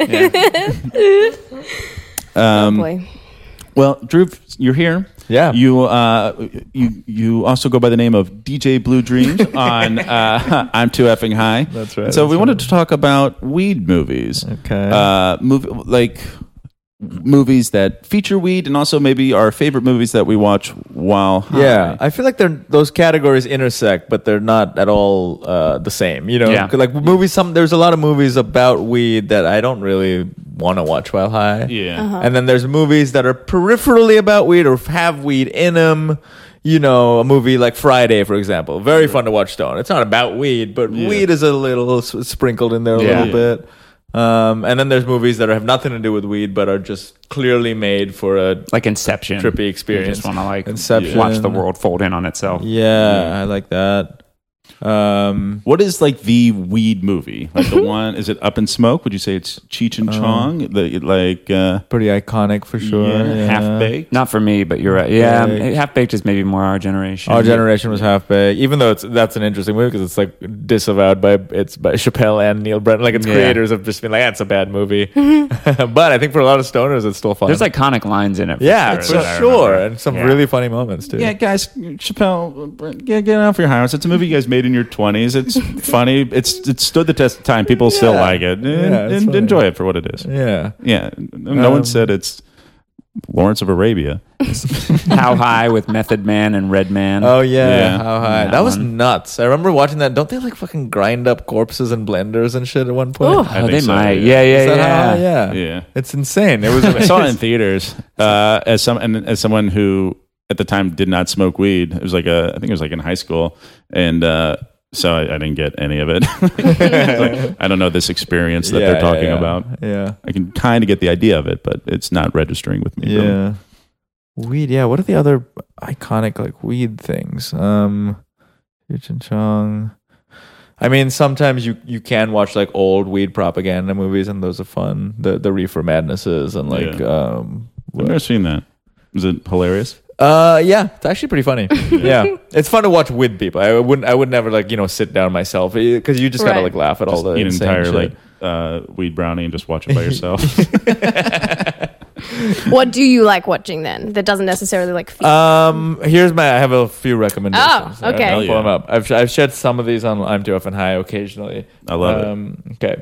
C: oh boy.
B: Well, Drew, you're here.
D: Yeah.
B: You uh, you you also go by the name of DJ Blue
D: [LAUGHS]
B: Dreams on uh, I'm Too Effing High.
D: That's right,
B: And so we
D: that's
B: wanted to talk about weed movies.
D: Okay.
B: Uh, movie like movies that feature weed, and also maybe our favorite movies that we watch while high.
D: Yeah, I feel like they're those categories intersect, but they're not at all uh, the same. You know,
A: Yeah.
D: 'Cause, like movies. Some there's a lot of movies about weed that I don't really want to watch while high.
B: Yeah.
D: and then there's movies that are peripherally about weed or have weed in them. You know, a movie like Friday, for example, very fun to watch. Stone. It's not about weed, but weed is a little s- sprinkled in there a
A: Yeah.
D: little bit. Um, and then there's movies that have nothing to do with weed, but are just clearly made for a
A: Like Inception.
D: Trippy
A: You
D: experience.
A: just want to like
D: Inception.
A: watch the world fold in on itself.
D: Yeah, I like that. Um,
B: What is like the weed movie? Like
D: [LAUGHS]
B: the one is it Up in Smoke? Would you say it's Cheech and Chong? The- like uh,
D: pretty iconic for Oh. sure. yeah.
B: Half Baked.
A: Not for me, but you're right. Yeah,
D: Baked.
A: half baked is maybe more our generation.
D: Our generation was half baked, even though it's that's an interesting movie because it's like disavowed by it's by [LAUGHS] Chappelle and Neil Brennan. Like its
A: Yeah.
D: creators have just been like, that's a bad
B: [LAUGHS]
D: movie.
B: Mm-hmm.
D: [LAUGHS] but I think for a lot of stoners, it's still fun.
A: There's iconic lines in it. For
D: yeah,
A: sure,
D: for
A: that I
D: sure,
A: remember.
D: and some
A: Yeah.
D: really funny moments too.
B: Yeah, guys, Chappelle, Brent, get, get off your high horse. It's a movie you guys made in your twenties. [LAUGHS] It's funny. It's it stood the test of time. People still
D: Yeah.
B: like it. And,
D: Yeah, it's
B: and
D: funny.
B: enjoy it for what it is.
D: yeah.
B: Yeah, no one
D: Um,
B: said it's Lawrence of Arabia.
A: How high with Method Man and Red Man.
D: Oh yeah,
B: Yeah.
D: how high?
A: That
D: That, was
A: one.
D: nuts. I remember watching that. Don't they like fucking grind up corpses and blenders and shit at one point?
C: Oh,
B: I
A: Oh,
B: think
A: they
B: so,
A: might. Yeah,
B: yeah.
A: yeah,
D: Is that
A: yeah.
D: how high? yeah,
B: Yeah.
D: It's insane. It was
B: [LAUGHS] I saw it in theaters uh, as some and as someone who at the time did not smoke weed. It was like a I think it was like in high school, and uh, so I, I didn't get any of it. [LAUGHS] Like, I don't know this experience that
D: Yeah,
B: they're talking
D: yeah, yeah.
B: about.
D: Yeah.
B: I can kind of get the idea of it, but it's not registering with me. really.
D: Yeah. Weed, yeah. What are the other iconic like weed things? Um Cheech and Chong. I mean, sometimes you, you can watch like old weed propaganda movies, and those are fun. The the reefer madnesses and like
B: Yeah.
D: um,
B: I've never seen that. Is it hilarious?
D: uh, yeah, it's actually
B: [LAUGHS]
D: pretty funny. yeah, it's fun to watch with people. I wouldn't I would never like you know sit down myself because you just gotta
C: Right.
D: like laugh at all the
B: Eat an
D: insane
B: entire
D: shit.
B: like uh, weed brownie and just
D: [LAUGHS]
B: watch it by yourself.
C: [LAUGHS] What do you like watching then? That doesn't necessarily like
D: [LAUGHS]
C: feed.
D: Um, here's my. I have a few recommendations.
C: Oh, okay.
B: Hell
D: I'll pull
B: yeah.
D: them up. I've I've shared some of these on I'm too often high occasionally.
B: I love it.
D: it. Okay.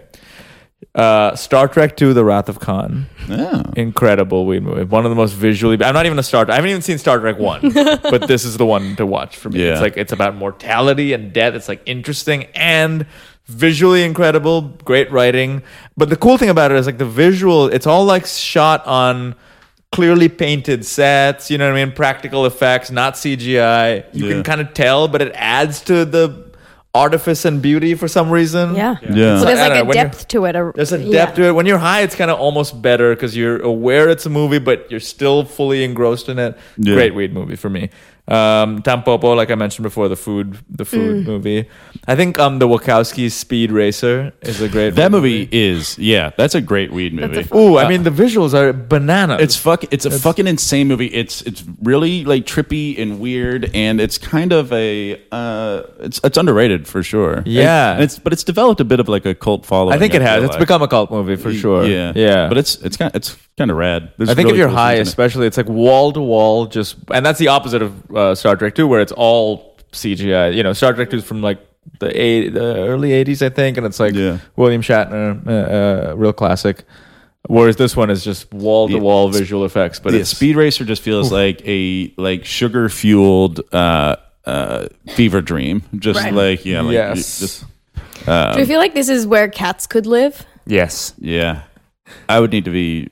D: Uh, Star Trek II: The Wrath of Khan.
B: yeah.
D: Incredible weed movie. One of the most visually. I'm not even a Star. I haven't even seen Star Trek One, but this is the one to watch for me.
B: Yeah.
D: It's like it's about mortality and death. It's like interesting and visually incredible. Great writing. But the cool thing about it is like the visual. It's all like shot on clearly painted sets. You know what I mean? Practical effects, not CGI. You
B: Yeah.
D: can kind of tell, but it adds to the artifice and beauty for some reason.
C: yeah.
B: Yeah.
D: I
C: So there's
D: don't
C: like
D: know,
C: a
D: when you're-
C: depth to it. A,
D: There's a depth to it. When you're high, it's kind of almost better because you're aware it's a movie, but you're still fully engrossed in it.
B: Yeah.
D: Great weed movie for me. Um, Tampopo, like I mentioned before, the food, the food movie. I think um, the Wachowski Speed Racer is a great
B: [LAUGHS] That movie is yeah. That's a great weed movie.
D: Ooh, I mean the visuals are bananas.
B: It's fuck. It's a fucking insane movie. It's it's really like trippy and weird, and it's kind of a uh, it's it's underrated for sure.
D: Yeah.
B: And it's but it's developed a bit of like a cult following.
D: I think it
B: feel
D: has. It's
B: like.
D: become a cult movie for sure.
B: Yeah,
D: yeah.
B: But it's it's kind of, it's kind of rad. There's
D: I think
B: really
D: if you're
B: cool
D: high,
B: scenes in it.
D: especially, it's like wall to wall, just and that's the opposite of uh, Star Trek Two, where it's all CGI. You know, Star Trek Two is from like the eight, the early '80s, I think, and it's like
B: Yeah.
D: William Shatner, uh, uh, real classic. Whereas this one is just wall to wall visual effects, but
B: the
D: it's
B: speed racer just feels like a like sugar fueled uh uh fever dream just
C: Right.
B: like yeah like you-
D: Yes.
B: just um,
C: Do you feel like this is where cats could live?
A: Yes.
B: yeah i would need to be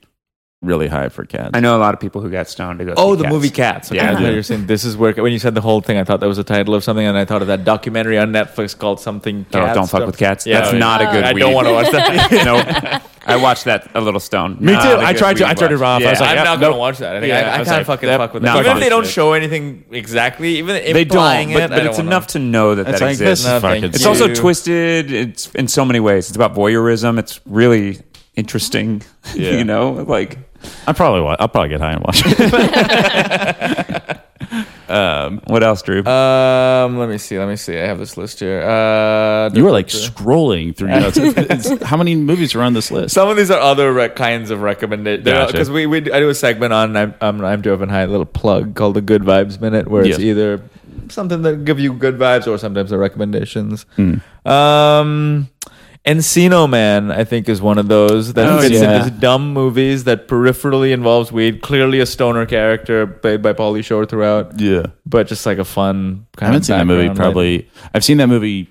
B: really high for cats
A: I know a lot of people who got stoned to go.
D: Oh,
A: see
D: the
A: Cats.
D: movie Cats. Okay,
A: Yeah.
D: I thought you were saying this is where when you said the whole thing, I thought that was the title of something, and I thought of that documentary on Netflix called something.
A: Oh,
D: Cats
A: don't fuck with cats.
B: oh,
A: That's not a good.
D: I
A: weed.
D: don't
A: [LAUGHS]
D: want to watch that.
A: no, I watched that a little stoned.
B: Me too. I tried to- I turned it off. I was like,
D: I'm
B: yeah,
D: not gonna watch that. I think
B: Yeah, I
D: I, I,
B: was
D: can't
B: like,
D: fucking
B: that-
D: fuck with
A: not
D: that. Even if
A: fun.
D: they don't show anything exactly, even
A: they don't,
D: implying
A: but,
D: it,
A: but it's enough to know that
B: That's
A: that
B: like
A: exists.
B: this.
D: No,
B: fucking
D: thank
A: It's
D: you.
A: also
D: Yeah.
A: twisted. It's in so many ways. It's about voyeurism. It's really interesting. [LAUGHS]
B: Yeah.
A: you know, like
B: i probably wa- i'll probably get high and watch it
A: what else,
B: Uh,
A: Drew?
D: Um, let me see. Let me see. I have this list here. Uh,
B: you were [LAUGHS] like scrolling through your [LAUGHS] notes It's- how many movies are on this list
D: Some of these are other rec- kinds of recommendations
B: Gotcha.
D: because we, we I do a segment on I'm I'm, I'm Joven High, a little plug called the Good Vibes Minute, where
B: Yes.
D: it's either something that give you good vibes or sometimes the recommendations.
B: Hmm.
D: Um, Encino Man, I think, is one of those that
B: Oh,
D: fits
B: yeah.
D: in this dumb movies that peripherally involves weed. Clearly, a stoner character played by Pauly Shore throughout,
B: yeah
D: but just like a fun. kind
B: i haven't
D: of
B: seen that movie
D: background, like-
B: probably i've seen that movie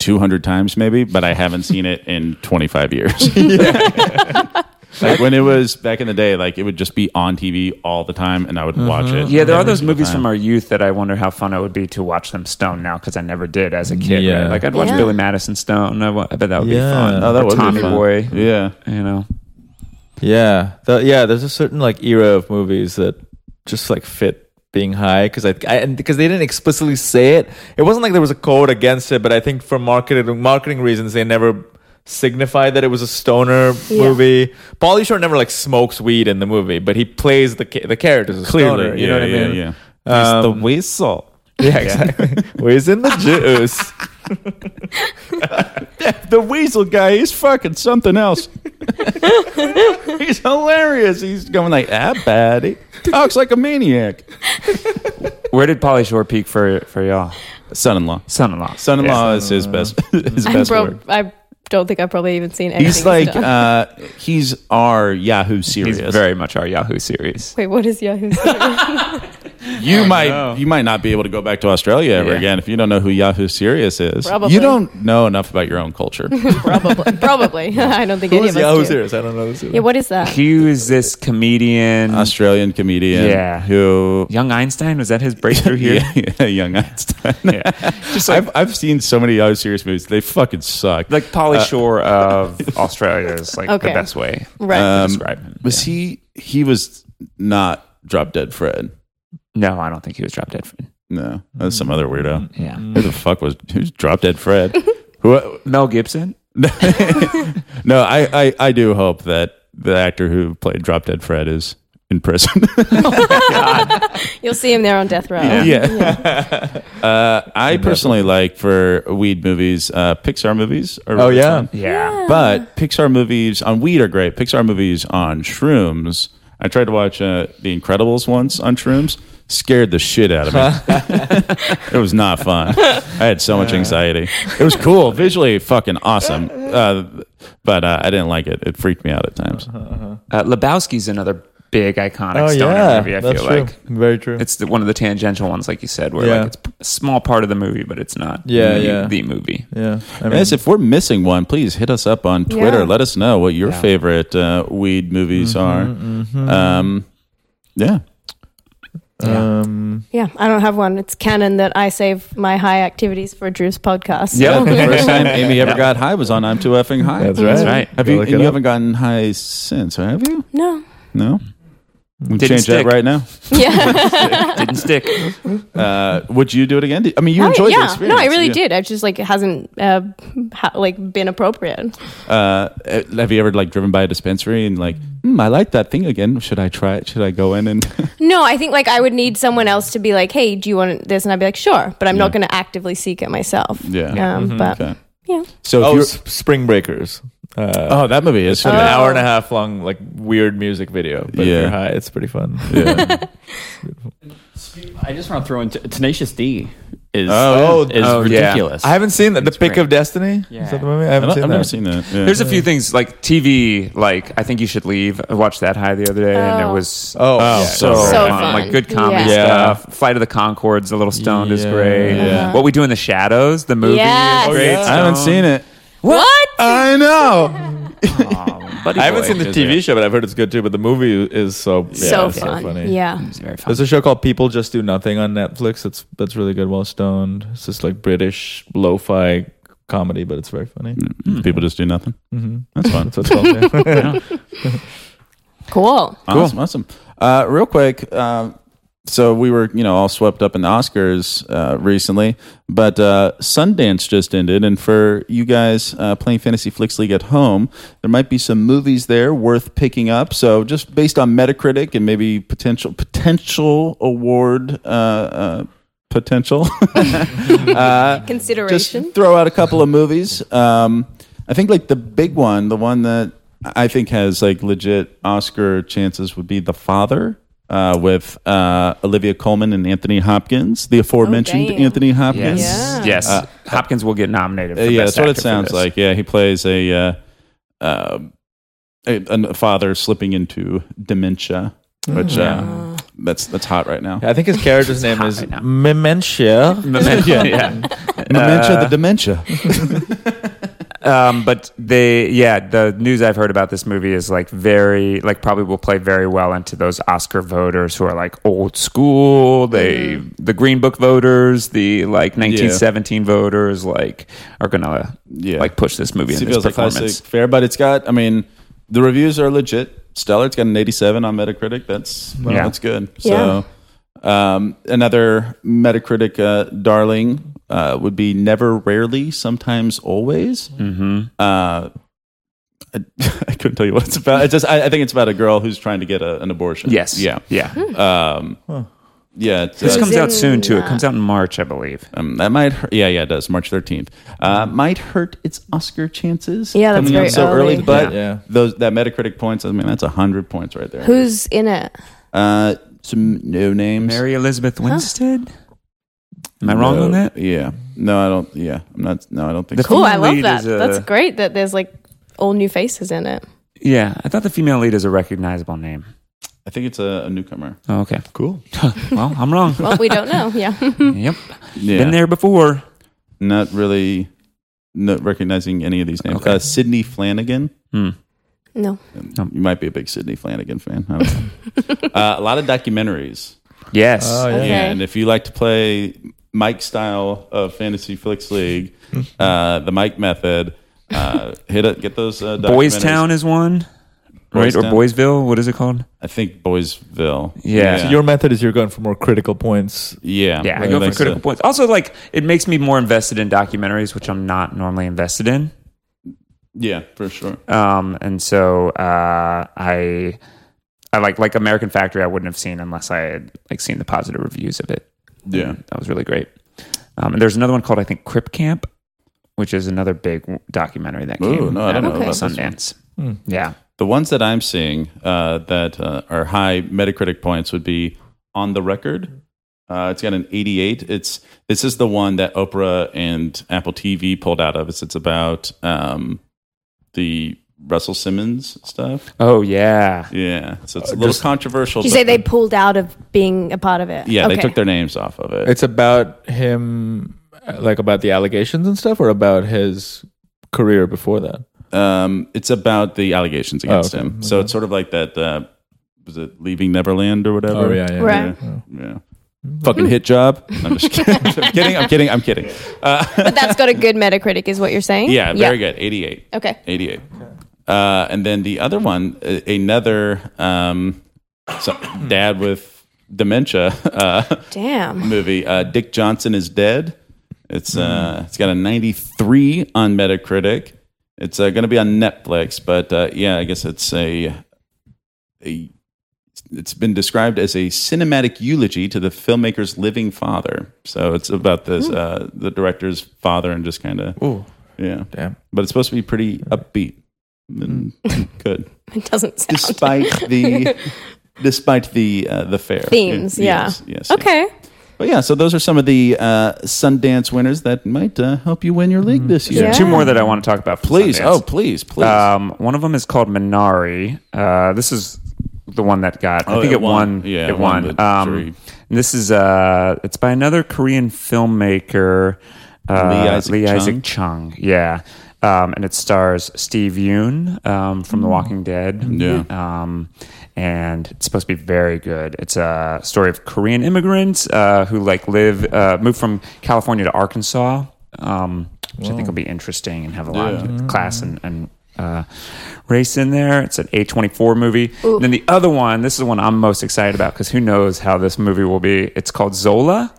B: 200 times maybe but i haven't seen it in 25
D: [LAUGHS]
B: years [LAUGHS] like when it was back in the day like it would just be on tv all the time and i would watch
D: Uh-huh.
B: it
A: yeah, there are
B: every
A: those
B: single
A: movies
B: time.
A: from our youth that I wonder how fun it would be to watch them stoned now because I never did as a kid.
D: Yeah.
A: right? Like I'd watch
C: Yeah.
A: Billy Madison stoned. I, wa- I bet that would be
D: Yeah.
A: fun.
B: Oh, that
A: Or
B: would be
A: Tommy
B: fun.
A: Boy.
B: Yeah.
A: You know,
D: Yeah, the, yeah. There's a certain like era of movies that just like fit being high because I, I and because they didn't explicitly say it. It wasn't like there was a code against it, but I think for marketing marketing reasons they never signified that it was a stoner
C: Yeah.
D: movie. Pauly Shore never like smokes weed in the movie, but he plays the ca- the character as a
B: Clearly.
D: stoner. You
B: yeah,
D: know what
B: yeah,
D: I mean?
B: yeah.
D: Um,
B: It's the whistle.
D: [LAUGHS] Yeah, exactly. Where's in the juice?
B: The weasel guy, he's fucking something else. [LAUGHS] he's hilarious. He's going like, ah, baddie. Talks like a maniac.
A: where did Polly Shore peak for for y'all?
B: Son-in-law.
A: Son-in-law.
B: Son-in-law is his best. [LAUGHS] his
C: I,
B: best
C: bro-
B: work.
C: I don't think I've probably even seen anything.
B: He's
C: he's
B: like,
C: done.
B: uh, he's our Yahoo serious.
A: He's very much our Yahoo series.
C: Wait, what is Yahoo?
B: you might you might not be able to go back to Australia ever
A: Yeah.
B: again if you don't know who Yahoo serious is.
C: Probably.
B: You don't know enough about your own
C: [LAUGHS]
B: culture.
C: probably, [LAUGHS] probably. [LAUGHS] I don't think any
D: Who's
C: of
D: the
C: us
D: Yahoo
C: do.
D: series? I don't know. This is.
C: Yeah, what is that?
A: He was this comedian.
B: Australian comedian.
A: Yeah.
B: Who
A: Young Einstein was that his
B: [LAUGHS]
A: breakthrough here?
B: Yeah, yeah, young Einstein. Just I've, I've seen so many other serious movies. They fucking suck.
A: Like Polly
B: Uh,
A: Shore
B: [LAUGHS]
A: of Australia is like
C: Okay.
A: the best way
C: Right.
A: to
C: [LAUGHS]
B: Um,
A: describe him.
B: was he? He was not Drop Dead Fred.
A: No, I don't think he was drop dead. For, Mm-hmm.
B: No, that's some other weirdo.
A: yeah.
B: Who the fuck was who's Drop Dead Fred? [LAUGHS] Who,
A: Mel Gibson.
B: [LAUGHS] no, I, I, I do hope that the actor who played Drop Dead Fred is in prison.
C: You'll see him there on death row.
B: [LAUGHS] yeah. uh, I personally like for weed movies, uh, Pixar movies. Are
D: Oh,
B: really
D: yeah.
B: fun.
A: Yeah.
B: But Pixar movies on weed are great. Pixar movies on shrooms. I tried to watch uh, The Incredibles once on shrooms. Scared the shit out of me. it was not fun. I had so much anxiety. It was cool visually, fucking awesome. Uh, but uh, I didn't like it. It freaked me out at times.
A: Uh, Lebowski's another big iconic
D: Oh
A: stoner
D: yeah,
A: movie. I
D: that's
A: feel
D: true.
A: like
D: very true.
A: it's the, one of the tangential ones, like you said, where
D: Yeah.
A: like it's p- a small part of the movie, but it's not.
D: Yeah,
A: the,
D: yeah.
A: the
B: [LAUGHS]
A: movie.
D: yeah, I mean,
B: Yes, if we're missing one, please hit us up on Twitter.
C: Yeah.
B: Let us know what your
A: Yeah.
B: favorite uh, weed movies are. Um, yeah.
D: um,
C: Yeah, I don't have one. It's canon that I save my high activities for Drew's podcast.
A: Yeah.
B: The
C: [LAUGHS]
B: first [LAUGHS]
D: [LAUGHS]
B: time Amy ever got high was on I'm Too Effing High.
D: that's right.
A: That's right.
B: Have
D: Go
B: you,
D: look
B: and
D: it
B: you
D: up.
B: haven't gotten high since, right? have you?
C: No.
B: No.
A: Didn't
B: We can change
A: stick.
B: that right now.
C: Yeah.
A: Didn't stick.
B: Uh, would you do it again? Did- I mean, you
C: I-
B: enjoyed the
C: Oh, [LAUGHS] yeah.
B: experience.
C: No, I really
B: Yeah.
C: did. I just like it hasn't uh, ha- like been appropriate.
B: Uh, have you ever like driven by a dispensary and like, hmm, I like that thing again. Should I try it? Should I go in and? [LAUGHS]
C: No, I think like I would need someone else to be like, "Hey, do you want this?" And I'd be like, "Sure," but I'm not going to actively seek it myself.
B: Yeah.
C: Um, but
B: Okay.
C: yeah.
B: So if
D: oh,
B: you're,
D: S- Spring Breakers. Uh,
B: oh, that movie is.
D: an
B: pretty-
D: hour and a half long, like weird music video. But
B: Yeah.
D: yeah, you're high, it's pretty fun.
B: Yeah.
F: I just want to throw in T- Tenacious D is
D: Oh,
F: is
A: oh, yeah.
F: ridiculous.
D: [LAUGHS] I haven't seen that. The
A: It's
D: Pick
A: great.
D: of Destiny.
F: Yeah.
D: Is that the movie? I
B: I
D: haven't
B: don't-
D: seen
B: I've
D: that.
B: never
D: [LAUGHS]
B: seen that. Yeah.
A: There's a few things like TV. Like I think you should leave. I watched that high the other day, and it
C: Oh.
A: was
D: Oh, yeah.
A: so, fun.
B: So
C: fun.
A: Like good comedy
D: Yeah. Yeah.
A: stuff. Flight of the Concords, The Little Stoned is
D: Yeah.
A: great.
B: Uh-huh.
A: What We Do in the Shadows, the movie
C: Yes.
A: is
C: Oh,
A: great.
D: yeah.
B: I haven't
A: Stoned.
B: seen it.
C: What?
B: I know.
A: Oh, buddy
D: I haven't
A: boy.
D: seen the
A: Is
D: TV
A: it-
D: show, but I've heard it's good too. But the movie is so yeah,
C: so
B: Uh,
D: it's
C: fun.
D: funny.
C: yeah.
A: It's very fun.
D: There's a show called People Just Do Nothing on Netflix. It's that's really good. Well stoned. It's just like British lo-fi comedy, but it's very funny.
B: People just do nothing.
D: Mm-hmm.
B: That's fun.
D: That's what it's called. yeah.
C: Cool.
A: Cool.
B: Awesome, awesome. Uh, real quick, um, so we were, you know, all swept up in the Oscars uh, recently, but uh, Sundance just ended, and for you guys uh, playing Fantasy Flicks League at home, there might be some movies there worth picking up. So just based on Metacritic and maybe potential potential award uh, uh, potential. [LAUGHS] uh,
C: Consideration.
B: Just throw out a couple of movies. Um, I think like the big one, the one that I think has like legit Oscar chances would be The Father. Uh, with uh, Olivia Colman and Anthony Hopkins, the aforementioned
C: Oh, damn.
B: Anthony Hopkins.
A: Yes.
C: Yeah.
A: Yes. Hopkins will get nominated. For
B: Uh, yeah,
A: Best
B: that's what it
A: Actor for
B: sounds
A: this. [LAUGHS]
B: like. Yeah, he plays a, uh, uh, a, a father slipping into dementia, which
C: Mm.
B: uh, that's that's hot right now.
D: I think his character's name is
A: right now.
D: Mementia.
B: [LAUGHS]
A: yeah. Uh, yeah.
B: Dementia, the dementia.
A: Um, but they, yeah, the news I've heard about this movie is like very, like probably will play very well into those Oscar voters who are like old school. They, the Green Book voters, the like 1917 voters, like are gonna
B: Yeah.
A: like push this movie in
B: It
A: this
B: feels like
A: performance.
B: classic fair, but it's got. I mean, the reviews are legit. Stellar. It's got an 87 on Metacritic. That's
A: Yeah.
B: that's good. So, um, another Metacritic uh, darling uh, would be Never, Rarely, Sometimes, Always.
A: Mm-hmm.
B: Uh, I, [LAUGHS] I couldn't tell you what it's about. It's just I, I think it's about a girl who's trying to get a, an abortion.
A: Yes.
B: Yeah.
A: Yeah.
C: hmm.
B: Um, Yeah. It's,
A: This
B: uh,
A: comes out
C: in
A: soon too. It
C: that.
A: comes out in March, I believe.
B: um, that might hurt. Yeah, yeah, it does. March 13th. Uh, might hurt its Oscar chances.
C: Yeah, that's
B: coming
C: very
B: out so
C: early.
B: early. But
D: Yeah.
B: those that Metacritic points, I mean, that's 100 points right there.
C: Who's in it?
B: Uh, some no names.
A: Mary Elizabeth Winstead. Am I wrong
B: No,
A: on that?
B: Yeah. No, I don't. Yeah. I'm not. No, I don't think
A: The
B: so.
C: Cool. I
A: female
C: love
A: lead
C: that.
A: is a-
C: That's great that there's like all new faces in it.
A: Yeah, I thought the female lead is a recognizable name.
B: I think it's a, a newcomer.
A: Oh, [LAUGHS] okay.
B: Cool.
A: Well, I'm
C: [LAUGHS]
A: wrong.
C: Well, we don't
B: [LAUGHS]
C: know. Yeah.
A: yep.
B: Yeah.
A: Been there before.
B: Not really not recognizing any of these names.
A: Okay.
B: Uh, Sydney Flanagan.
A: Hmm.
C: No.
B: You might be a big Sydney Flanagan fan. I don't know.
C: [LAUGHS]
B: uh, a lot of documentaries.
A: Yes.
D: Oh, yeah.
C: Okay.
B: Yeah, and if you like to play Mike style of Fantasy Flicks League,
A: Hmm.
B: uh, the Mike method, uh, hit it, get those uh,
A: Boys
B: documentaries.
A: Town is one. right? Or
B: Boystown?
A: Boysville? What is it called?
B: I think Boysville.
A: Yeah.
D: So your method is you're going for more critical points.
B: Yeah.
A: Yeah, I go for
B: think so.
A: critical points. Also, like it makes me more invested in documentaries, which I'm not normally invested in.
B: Yeah, for sure.
A: Um, and so uh, I, I like like American Factory. I wouldn't have seen unless I had like seen the positive reviews of it.
B: Yeah.
A: that was really great. Um, and there's another one called I think Crip Camp, which is another big documentary that
B: Ooh,
A: came
B: no, I
A: out
B: don't
A: of
B: know about this one.
A: Sundance.
D: Hmm.
A: Yeah,
B: The ones that I'm seeing uh, that uh, are high Metacritic points would be on the record. Uh, it's got an 88. It's this is the one that Oprah and Apple TV pulled out of. It's it's about um, the Russell Simmons stuff.
A: Oh yeah.
B: Yeah, so
A: Uh,
B: it's a little controversial.
C: you
B: but-
C: say they pulled out of being a part of it?
B: yeah,
C: okay.
B: they took their names off of it.
D: It's about him, uh, like about the allegations and stuff, or about his career before that.
B: Um, it's about the allegations against
D: okay.
B: him. So it's sort of like that. Uh, was it Leaving Neverland or whatever?
D: Oh, yeah.
C: Right.
B: yeah. Fucking hit job. No, [LAUGHS] I'm just kidding. I'm kidding. I'm kidding. I'm kidding.
C: But that's got a good Metacritic, is what you're saying?
B: Yeah, very good. 88.
C: Okay.
B: 88. Uh, and then the other one, a- another um, so dad with dementia [LAUGHS] uh,
C: Damn.
B: movie, uh, Dick Johnson is Dead. It's uh, It's got a 93 on Metacritic. It's uh, going to be on Netflix, but uh, yeah, I guess it's a, a. It's been described as a cinematic eulogy to the filmmaker's living father. So it's about this uh, the director's father and just kind of
D: Ooh,
B: yeah
D: damn.
B: but it's supposed to be pretty upbeat and
C: Hmm. [LAUGHS]
B: good
C: It doesn't sound.
B: despite the despite the uh, the fair
C: [LAUGHS] Themes, yeah.
B: yes, yes, yes.
C: okay.
B: but yeah so those are some of the uh, Sundance winners that might uh, help you win your league this year
C: Yeah.
A: Two more that I want to talk about. from
B: please
A: Sundance.
B: oh please please
A: Um, one of them is called Minari. Uh, this is the one that got. I
B: Oh,
A: think it
B: it
A: won.
B: won. Yeah,
A: it
B: it won
A: won.
B: the
A: Um,
B: jury.
A: and this is uh, it's by another Korean filmmaker, uh,
B: Lee Isaac Chung?
A: Chung. Yeah, um, and it stars Steve Yoon um, from The Walking Dead.
B: Hmm. Yeah.
D: Mm-hmm.
A: um, and it's supposed to be very good. It's a story of Korean immigrants uh, who like live uh, move from California to Arkansas. Um, which I think will be interesting and have a lot of class
D: Mm-hmm.
A: and, and uh, race in there. It's an A24 movie. And then the other one, this is the one I'm most excited about because who knows how this movie will be. It's called Zola.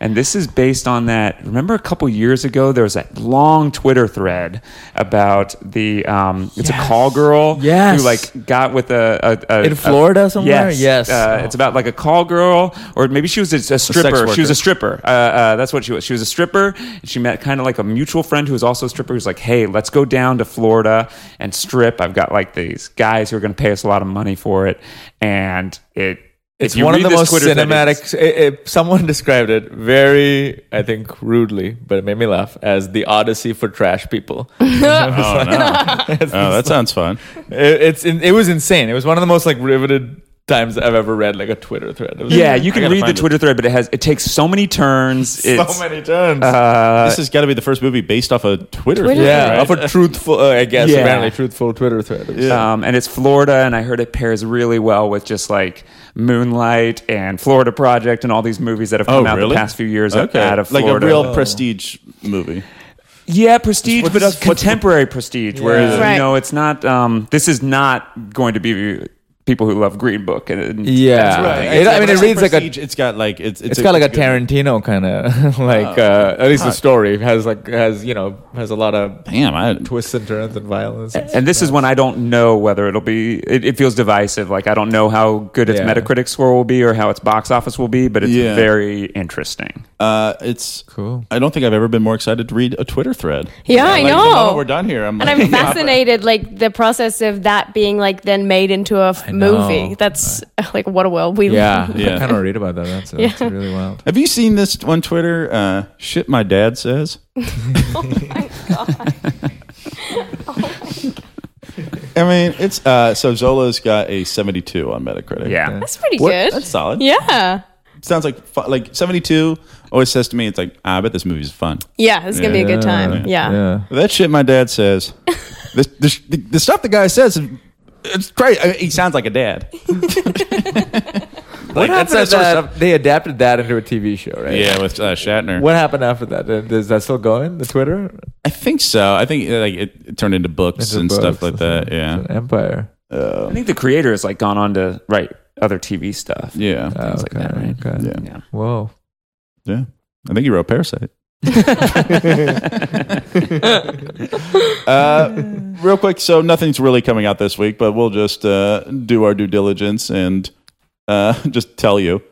A: And this is based on that. Remember a couple years ago, there was that long Twitter thread about the, um, it's a call girl
D: Yes.
A: who like got with a, a, a
D: In
A: a-
D: Florida somewhere? Yes.
A: Uh, It's about like a call girl or maybe she was a, a stripper. she was a
B: worker.
A: a stripper. Uh, uh, that's what she was. She was a stripper. And she met kind of like a mutual friend who was also a stripper. Who's like, hey, let's go down to Florida and strip. I've got like these guys who are going to pay us a lot of money for it, and it.
D: It's
A: if you
D: one of
A: read
D: the
A: this
D: most
A: Twitter thread, it's-
D: cinematic. [LAUGHS] It, it, someone described it very, I think, rudely, but it made me laugh as the Odyssey for trash people.
B: oh, [LAUGHS] no. oh that sounds [LAUGHS] fun
D: It, it's in, it was insane. It was one of the most like riveted times I've ever read like a Twitter thread. It was-
A: yeah,
D: [LAUGHS]
A: you can
B: gotta
A: read the
B: find it.
A: Twitter thread, but it has it takes so many turns. it's,
D: so many turns.
B: this has got to be the first movie based off a Twitter,
C: Twitter
B: thread,
D: yeah,
B: right?
D: of a truthful, uh, I guess,
A: Yeah.
D: apparently truthful Twitter thread. It was-
A: Um, and it's Florida, and I heard it pairs really well with just like Moonlight and Florida Project and all these movies that have come
B: Oh,
A: out
B: really?
A: the past few years
B: okay
A: out of
B: like
A: Florida.
B: a real prestige movie
A: Yeah, prestige, but
D: what's-
A: a contemporary prestige. Whereas
C: Right.
A: you know, it's not. Um, this is not going to be people who love Green Book and, and
D: Yeah, It- Uh, I mean, it
B: It's
D: reads like a.
B: prestige, it's got like it's
D: It's got like a
B: good-
D: Tarantino kind [LAUGHS] of like uh, at least the story has like has you know has a lot of
B: Damn, I
D: twists and turns and
C: Eh,
D: violence. And,
A: And this is when I don't know whether it'll be. It, it feels divisive. Like I don't know how good its
D: Yeah.
A: Metacritic score will be or how its box office will be, but it's
B: Yeah.
A: very interesting.
B: Uh, it's
D: Cool.
B: I don't think I've ever been more excited to read a Twitter thread.
C: Yeah, I
B: like,
C: know.
B: The moment we're done here. I'm
C: And
B: like, [LAUGHS]
C: I'm fascinated, like the process of that being like then made into a f- movie. That's [LAUGHS] like what a world we [LAUGHS]
D: yeah,
C: live. in.
B: Yeah.
D: I kind of read about that. That's, that's really wild.
B: Have you seen this on Twitter? Uh, shit, my dad says. [LAUGHS] oh my god. I mean, it's uh, so Zola's got a 72 on Metacritic.
A: Yeah,
C: That's pretty
B: What-
C: good.
B: That's solid.
C: yeah.
B: Sounds like fu- like 72 always says to me, it's like "Ah, I bet this movie's fun.
C: Yeah, it's gonna be a good time. Yeah.
B: That shit my dad [LAUGHS] says. this, this, the, the stuff the guy says, it's crazy. I mean, he sounds like a dad.
D: What
B: that's that
D: happened after
B: sort of
D: that? They adapted that into a TV show, right?
B: with uh, Shatner.
D: What happened after that? Uh, Is that still going? The Twitter
B: I think so. I think uh, like it, it turned into books
D: Into
B: and stuff like
D: books,
B: that.
D: it's
B: Yeah. Um,
D: an empire. [LAUGHS]
A: I think the creator has like gone on to write other TV stuff.
B: Yeah.
A: Things like that, right?
D: okay.
B: Yeah.
A: Yeah.
D: Whoa.
B: I think you wrote Parasite. [LAUGHS] uh, real quick, so nothing's really coming out this week, but we'll just uh, do our due diligence and uh, [LAUGHS] just tell you.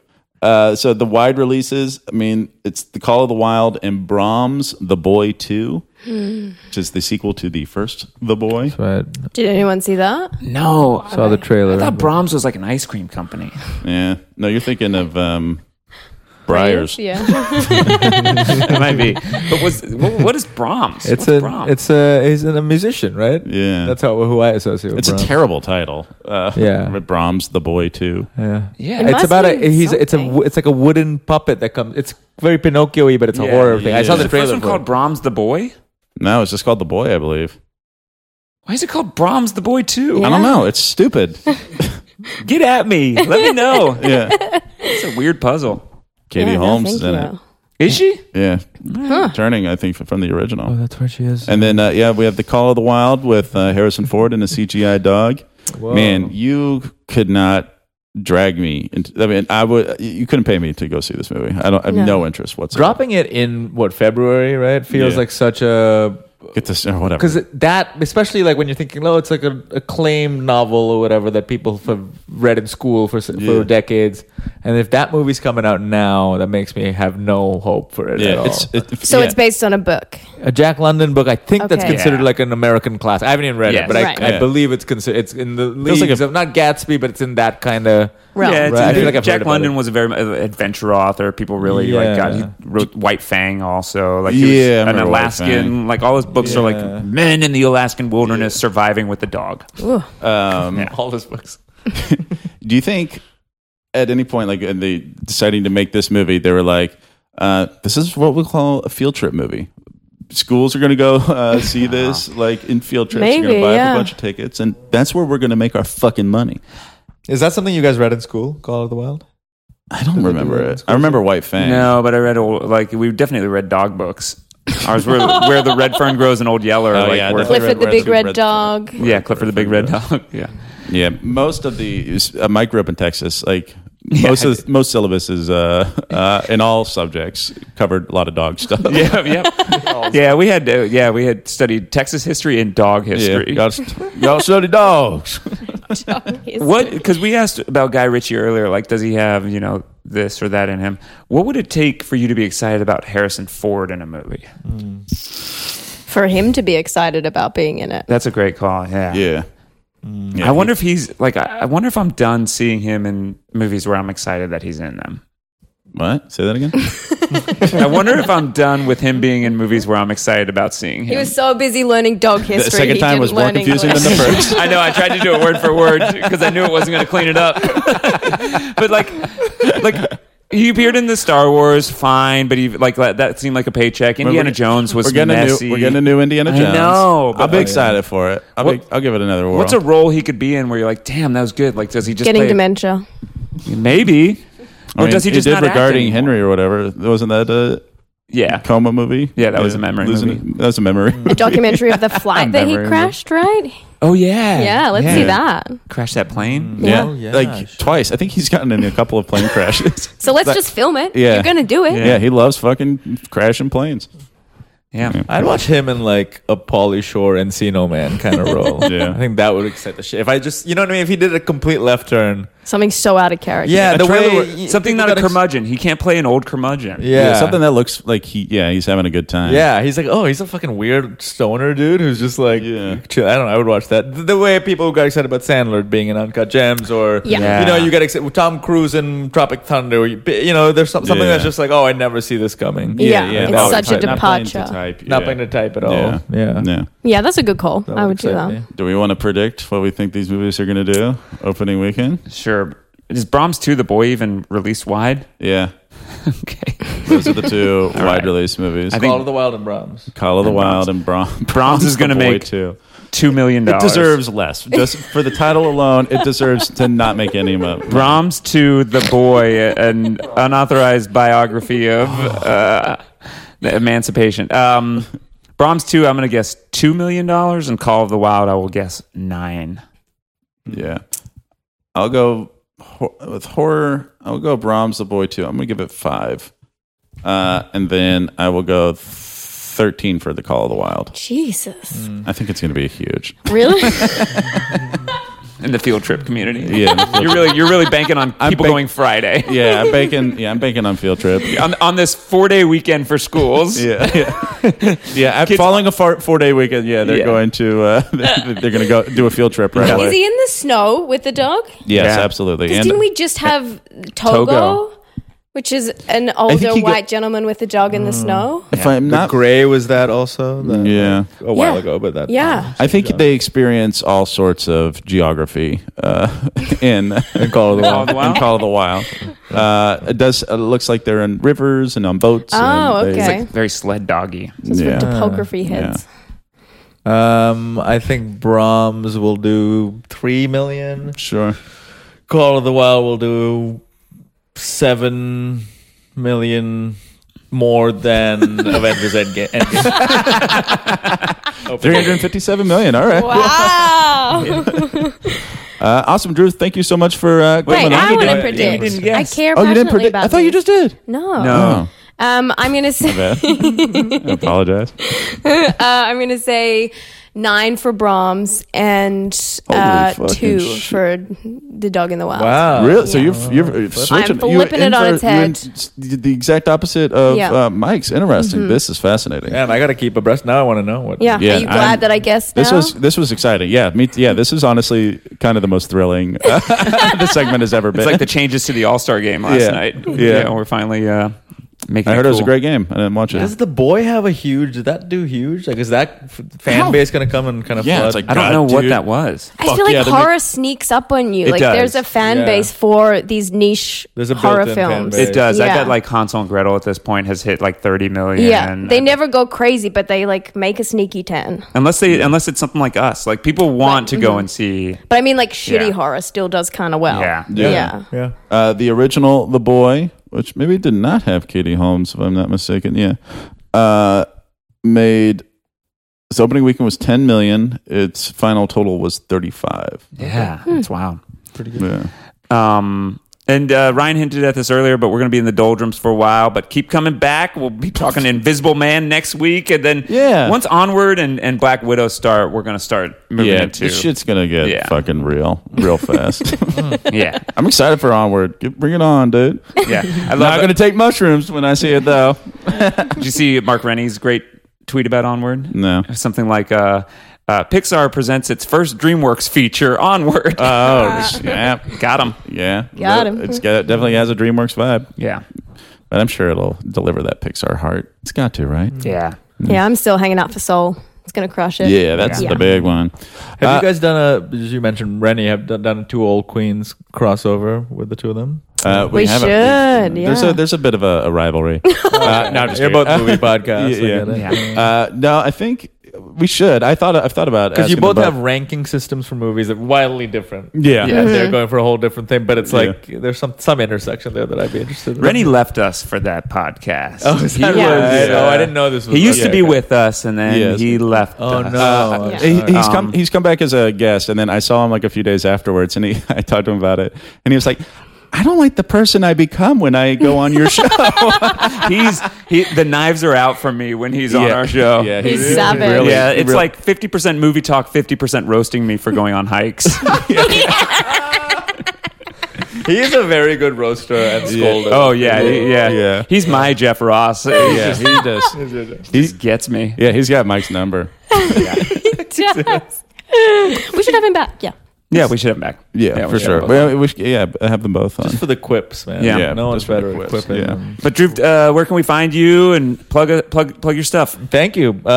B: Uh, so the wide releases, I mean, it's The Call of the Wild and Brahms, The Boy 2, which is the sequel to the first The Boy.
D: Right.
C: Did anyone see that?
A: No.
D: Saw the trailer.
A: I thought Brahms was like an ice cream company.
B: Yeah. No, you're thinking of um, Briars.
A: [LAUGHS]
C: Yeah.
A: it might be. But was what, what is Brahms? What's
D: It's a
A: Brahms?
D: it's a he's a musician, right?
B: Yeah.
D: That's how who I associate. With
B: it's
D: Brahms.
B: a terrible title. Uh,
D: Yeah.
B: but [LAUGHS] Brahms, The Boy 2.
D: Yeah.
A: yeah.
C: It
A: it's-
D: It's
C: must
D: about a
C: mean
D: he's it's a
C: something.
D: wo- it's like a wooden puppet that comes. It's very Pinocchio-y, but it's a
A: Yeah.
D: horror thing. I saw
B: Yeah.
D: the
A: the first
D: trailer.
A: one
D: for it.
A: called Brahms the Boy.
B: No, it's just called The Boy, I believe.
A: Why is it called Brahms the Boy too? Um,
B: I don't know. It's
C: [LAUGHS]
B: stupid.
A: Get at me. Let me know.
B: [LAUGHS] Yeah.
A: It's a weird puzzle.
B: Katie
C: Yeah, no,
B: Holmes
C: thank
B: is in
C: you.
B: it.
A: Is she?
B: Yeah. Turning, I think, from the original.
D: Oh, that's where she is.
B: And then, uh, yeah, we have The Call of the Wild with uh, Harrison Ford and a CGI dog.
D: Whoa.
B: Man, you could not drag me. Into, I mean, I would. You couldn't pay me to go see this movie. I don't. I have no,
C: No.
B: interest whatsoever.
D: dropping it in what February, right? Feels
B: Yeah.
D: like such a
B: Get this or whatever.
D: because that especially like when you're thinking, oh, it's like a acclaimed novel or whatever that people have read in school for s
B: Yeah.
D: for decades. And if that movie's coming out now, that makes me have no hope for it. at
B: yeah,
D: all.
B: it's it,
C: so
B: yeah.
C: it's based on a book.
D: a Jack London book. I think that's
C: Okay.
D: considered
A: Yeah.
D: like an American classic. I haven't even read
A: Yes.
D: it, but
C: Right.
D: I,
B: Yeah.
D: I believe it's considered. It's in the
B: Feels
D: leagues
B: like a-
D: of not Gatsby, but it's in that kind of.
C: Realm.
A: Yeah, it's
D: Right.
A: a-
D: I feel like I've heard
A: Jack
D: about
A: London
D: it.
A: was a very uh, adventure author. People really
D: Yeah.
A: like got he wrote White Fang also. Like he
B: Yeah, I
A: was an
B: remember White
A: Alaskan.
B: Fang.
A: Like all his books are
D: Yeah.
A: like men in the Alaskan wilderness surviving with a dog.
B: um,
A: All his books.
B: Do you think at any point, like in the deciding to make this movie, they were like, uh, "This is what we call a field trip movie. Schools are going to go uh, see this, like in field trips. You're going to
C: Maybe,
B: buy up
C: yeah.
B: a bunch of tickets, and that's where we're going to make our fucking money."
D: Is that something you guys read in school? Call of the Wild.
B: I don't
D: they
B: remember
D: do that in
B: it. I remember White Fang.
A: No, but I read old, like we definitely read dog books. Ours were where the red fern grows and old yeller.
B: Oh,
A: like,
B: yeah,
A: were-
B: definitely.
C: Clifford the
B: Red-
C: Big
B: Red-
C: Red,
B: Red-
C: Dog.
A: yeah, Clifford the big red
B: [LAUGHS]
A: dog. Yeah,
B: Yeah, most of the uh, my grip in Texas, like most of most syllabuses uh, uh, in all subjects covered a lot of dog stuff.
A: yeah,
B: [LAUGHS]
A: yeah, yeah. We had uh, yeah we had studied Texas history and dog [LAUGHS] history.
B: y'all, y'all study dogs.
A: What? Because we asked about Guy Ritchie earlier. Like, does he have you know this or that in him? What would it take for you to be excited about Harrison Ford in a movie?
C: For him to be excited about being in it.
A: That's a great call. Yeah.
B: Yeah. Yeah,
A: I wonder if he's like. I I wonder if I'm done seeing him in movies where I'm excited that he's in them.
B: What? Say that again.
A: I wonder if I'm done with him being in movies where I'm excited about seeing him.
C: He was so busy learning dog history.
B: The second
C: he
B: time
C: didn't
B: was more
C: learn
B: confusing
C: English.
B: than the first.
A: I know. I tried to do it word for word because I knew it wasn't going to clean it up. [LAUGHS] but like, like he appeared in the Star Wars, fine. But he like that, that seemed like a paycheck. Indiana
B: we're-
A: Jones was
B: We're getting, a
A: messy.
B: new, we're getting a new Indiana
A: I
B: Jones.
A: know,
B: I'll
A: but
B: be
A: like-
B: excited for it. I'll, be, I'll give it another whirl.
A: What's a role he could be in where you're like, damn, that was good? Like, does he just
C: [LAUGHS] Getting
A: play-
C: dementia.
A: Maybe,
B: I
A: or does he just
B: did
A: not act
B: regarding
A: anymore?
B: Henry or whatever? Wasn't that a
A: Yeah,
B: coma movie?
A: Yeah, that was a memory movie.
B: That was a memory.
C: A documentary
B: [LAUGHS]
C: of the flight that he
A: remember.
C: crashed, right?
A: Oh yeah.
C: Yeah, let's see that.
A: Crash that plane.
B: yeah,
D: Oh, yeah,
B: like
D: sure.
B: twice. I think he's gotten in a couple of plane crashes.
C: So let's
B: That-
C: just film it.
B: Yeah.
C: You're going to do it.
B: yeah, he loves fucking crashing planes. Mm.
A: Yeah.
D: I'd watch him in like a Pauly Shore Encino Man kind of role.
B: Yeah.
D: [LAUGHS] I think that would excite the shit. If I just, you know what I mean? If he did a complete left turn,
C: Something so out of character.
D: yeah, the way
A: Something
D: people
A: not a
D: got ex-
A: curmudgeon. He can't play an old curmudgeon.
D: yeah,
B: something that looks like he. Yeah, he's having a good time.
D: Yeah, he's like, oh, he's a fucking weird stoner dude who's just like,
B: Yeah.
D: chill. I don't know. I would watch that. The, the way people got excited about Sandler being in Uncut Gems, or
C: Yeah.
A: Yeah.
D: you know, you got excited with Tom Cruise in Tropic Thunder. Or you, you know, there's some, something
B: Yeah.
D: that's just like, oh, I never see this coming.
C: Yeah,
B: yeah.
C: it's
B: that would
C: such
B: type-
C: a
B: not playing to
C: departure.
B: type,
D: Not
B: yeah.
D: playing the type at all.
B: Yeah.
D: Yeah,
B: Yeah.
C: Yeah, that's a good call.
D: That
C: I would do
D: excite
C: that.
D: me.
B: Do we want to predict what we think these movies are going to do opening weekend?
A: Sure. Is Brahms 2 the boy even released wide?
B: Yeah,
A: [LAUGHS] Okay.
B: those are
A: [LAUGHS]
B: the two wide release movies.
A: I
D: Call
A: think-
D: of the Wild and Brahms.
B: Call of the Wild and
A: [LAUGHS]
B: Bron-
A: Brahms is
B: [LAUGHS]
A: gonna
B: the Boy
A: make-
B: too.
A: $2 million.
B: It deserves less. Just for the title alone, it deserves to not make any money.
A: Brahms to the boy, an unauthorized biography of uh, the emancipation. Um, Brahms two, I'm going to guess two million dollars, and Call of the Wild, I will guess nine.
B: Yeah. I'll go hor- with horror. I'll go Brahms the Boy too. I'm going to give it five. Uh, and then I will go 13 for The Call of the Wild.
C: Jesus.
A: Mm-hmm.
B: I think it's going to be huge. [LAUGHS]
C: Really?
A: in the field trip community. [LAUGHS]
B: Yeah.
A: You're really you're really banking on people
B: bank-
A: going [LAUGHS] Friday
B: yeah. I'm banking. Yeah. I'm banking on field trip. Yeah.
A: on on this four day weekend for schools.
B: Yeah, yeah,
C: [LAUGHS]
B: yeah. I'm following a four, four day weekend, yeah, they're
A: Yeah.
B: going to uh, [LAUGHS] they're, they're going to go do a field trip right away.
C: Is he in the snow with the dog?
B: yes,
A: Yeah.
B: absolutely.
C: Because
B: And
C: didn't we just have Togo,
A: Togo.
C: which is an
B: he
C: older
B: got- Mm.
C: white gentleman with a dog in the snow?
B: if I'm
D: The
B: not,
D: gray was that also? The-
B: yeah,
D: A while
C: Yeah.
D: ago, but that.
C: Yeah.
B: I think they experience all sorts of geography uh, [LAUGHS] in, in Call of the Wild.
A: Wild?
B: In Call of the Wild, uh, it does. It looks like they're in rivers and on boats.
C: Oh,
B: and
C: okay.
A: Very sled doggy.
C: Those
B: Yeah.
C: were topography
B: uh, Yeah.
C: heads.
D: Um, I think Brahms will do three million.
B: Sure.
D: Call of the Wild will do seven million more
B: [LAUGHS]
D: than Avengers Endgame. Endgame.
C: Oh,
B: Three hundred fifty-seven million. All right.
C: [LAUGHS] Wow.
B: Uh, awesome, Drew. Thank you so much for uh,
C: Wait,
B: coming on.
C: I
B: You
C: want to
B: didn't-
C: predict.
A: didn't guess.
C: I care
B: Oh,
C: passionately
B: you didn't predict.
C: about
B: I thought you
C: these.
B: just did.
C: No.
B: Oh.
A: No.
C: Um,
B: [LAUGHS]
C: I'm going to say
B: bad.
A: [LAUGHS]
B: I apologize.
C: uh, I'm going to say 9 for Brahms and uh,
B: Holy fucking
C: 2
B: shit.
C: for the dog in the wild.
D: wow.
B: really? So you're you're switching.
C: Uh, I'm
B: you were
C: flipping
B: in
C: it on
B: for-
C: its
B: you were in
C: head.
B: s- the exact opposite of
C: Yeah. Mm-hmm.
B: uh, Mike's. Interesting. This is fascinating.
D: Man, I gotta keep abreast. Now I want to know what.
C: Yeah.
B: Yeah,
C: Are you glad
B: I'm-
C: that I guessed
B: This
C: now?
B: was this was exciting. Yeah, me. t- Yeah, this is honestly kind of the most thrilling [LAUGHS] the segment has ever been.
A: It's like the changes to the All Star game last
B: Yeah.
A: night.
B: Yeah.
A: we're finally uh, making.
B: I heard it was a
A: cool.
B: great game. I didn't watch it.
D: Does the boy have a huge? Did that do huge? Like, is that f- fan base gonna come and kind of?
B: Yeah,
D: flood?
B: it's like-
A: I don't
B: God,
A: know what
B: dude.
A: that was.
C: I
B: Fuck
C: feel like
B: yeah, they make-
C: horror sneaks up on you.
A: It
C: like
A: does.
C: there's a fan
D: Yeah.
C: base for these niche
D: There's a
C: horror
D: built-in fan
C: films.
D: base.
A: It does. I
C: Yeah.
A: bet like Hansel and Gretel at this point has hit like thirty million.
C: Yeah, they
A: I-
C: never go crazy, but they like make a sneaky ten.
A: unless they unless it's something like us. Like people want to
C: mm-hmm.
A: go and see.
C: But I mean, like shitty
A: Yeah.
C: horror still does kind of well.
A: Yeah.
C: yeah.
D: yeah.
B: uh, the original The Boy, which maybe did not have Katie Holmes, if I'm not mistaken. Yeah. Uh, made its opening weekend was 10 million. Its final total was 35.
A: Yeah,
C: Hmm.
A: it's wild.
B: Yeah.
A: Um, and uh, Ryan hinted at this earlier, but we're going to be in the doldrums for a while. But keep coming back. We'll be talking Invisible Man next week, and then
B: Yeah.
A: once Onward and, and Black Widow start, we're going to start moving
B: Yeah,
A: into
B: this shit's gonna get
A: Yeah.
B: fucking real,
D: [LAUGHS]
B: real fast.
A: yeah,
B: I'm excited for Onward. Get- Bring it on, dude.
A: [LAUGHS] yeah. I
B: Not
A: love it.
B: gonna take mushrooms when I see it though.
A: Did you see Mark Rennie's great tweet about Onward?
D: [LAUGHS]
B: No.
A: something like uh, uh, Pixar presents its first DreamWorks feature, Onward.
B: Oh snap!
A: [LAUGHS] Got him.
B: Yeah,
C: Got him.
B: It's got, it definitely has a DreamWorks vibe,
A: Yeah,
B: but I'm sure it'll deliver that Pixar heart. It's got to, right?
C: Mm.
A: yeah.
C: Yeah, I'm still hanging out for Soul. It's gonna crush it.
B: Yeah, that's
C: Yeah.
B: the big one.
D: Have
B: Uh,
D: you guys done a? As you mentioned, Rennie have done, done a two old queens crossover with the two of them.
B: Uh,
C: We
B: have
C: should,
B: There's
C: yeah.
B: a there's a bit of a, a rivalry. [LAUGHS]
C: [LAUGHS]
B: uh, no, I'm just
D: They're
B: kidding.
D: both movie [LAUGHS] podcasts.
B: Yeah,
D: I get it.
A: yeah.
B: Uh, no, I think we should. I thought I've thought about
D: because you
B: asking
D: both
B: about-
D: have ranking systems for movies that are wildly different.
B: Yeah.
D: Yeah, they're going for a whole different thing, but it's
B: Yeah.
D: like there's some some intersection there that I'd be interested in. [LAUGHS]
A: Rennie left us for that podcast.
D: oh, is
A: He
D: that
A: was,
D: right?
A: uh,
D: oh, I didn't know this. was
A: He used to
D: okay,
A: be
D: okay.
A: with us, and then
B: Yes.
A: he left.
D: Oh
A: us.
D: no!
B: Uh,
D: I'm
B: he,
D: sorry.
B: he's come.
A: Um,
B: He's come back as a guest, and then I saw him like a few days afterwards, and he. [LAUGHS] I talked to him about it, and he was like, "I don't like the person I become when I go on your [LAUGHS] show."
A: [LAUGHS] he's he, the knives are out for me when he's on
B: Yeah.
A: our show.
B: Yeah,
C: He's savage. Really?
A: yeah, it's like fifty percent movie talk, fifty percent roasting me for going on hikes.
D: he's a very good roaster and scolder.
A: oh yeah, he- yeah,
B: Yeah.
A: He's my Jeff Ross. He
B: [LAUGHS] yeah, he does.
A: just gets me.
B: Yeah, he's got Mike's number.
C: [LAUGHS] Yes. we should have him back. Yeah.
A: Yeah, we should have him back.
B: Yeah,
A: we
B: for
A: should have him
B: sure.
A: back.
B: Well, we should, yeah, have them both on.
D: Just for the quips, man.
A: Yeah.
B: Yeah,
D: no one's
B: just for the
D: better at
B: quips,
D: quipping.
B: yeah.
D: than-
A: But Drew, uh, where can we find you and plug a, plug plug your stuff?
D: Thank you. Uh,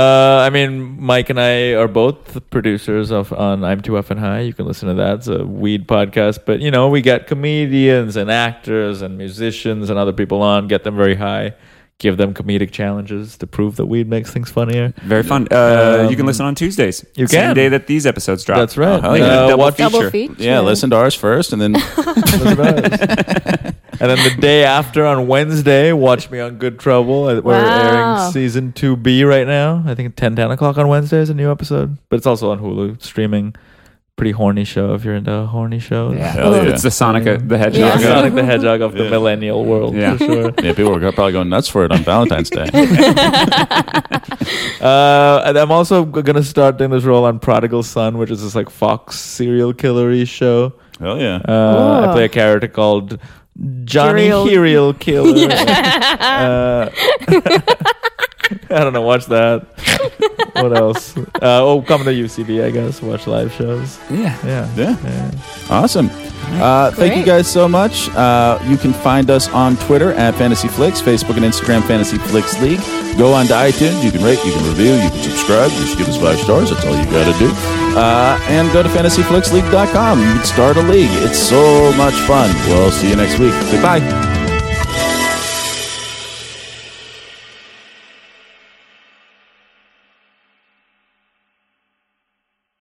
D: I mean, Mike and I are both producers of on I'm Too Up and High. You can listen to that. It's a weed podcast, but you know, we get comedians and actors and musicians and other people on, get them very high, give them comedic challenges to prove that weed makes things funnier.
A: Very fun. Uh, you can
D: Um,
A: listen on Tuesdays.
D: you
A: Same
D: can.
A: day that these episodes drop.
D: That's right.
B: Oh,
A: Like a
B: yeah.
D: Uh,
A: double
D: watch-
A: feature.
C: Double feature.
B: yeah,
C: [LAUGHS]
B: listen to ours first, and then
D: That's what it is. [LAUGHS] and then the day after on Wednesday, watch me on Good Trouble. Uh, We're
C: Wow.
D: airing season 2B right now. I think at 10, 10 o'clock on Wednesday is a new episode, but it's also on Hulu streaming. pretty horny show if you're into a horny show.
A: Yeah. It's the Sonic uh, the Hedgehog.
C: Yeah.
D: Sonic the Hedgehog of the millennial world
A: Yeah.
D: for
B: [LAUGHS]
D: sure.
B: Yeah, people were probably going nuts for it on Valentine's Day.
D: Uh, and I'm also gonna start doing this role on Prodigal Son, which is this like Fox serial killery show.
B: Hell yeah.
D: Uh, I
C: Oh.
D: play a character called Johnny
C: Jerial-
D: Serial Killer.
C: [LAUGHS]
A: [LAUGHS]
D: Uh, [LAUGHS] I don't know. Watch that. what else? Uh, oh, come to UCB, I guess. Watch live shows.
A: Yeah.
D: Yeah.
B: Yeah. Awesome. Uh, thank you
C: Great.
B: guys so much. Uh, you can find us on Twitter at Fantasy Flicks, Facebook and Instagram, Fantasy Flicks League. Go on to iTunes. You can rate, you can review, you can subscribe. Just give us five stars. That's all you got to do. Uh, and go to fantasyflicksleague.com. You can start a league. It's so much fun. We'll see you next week. Goodbye.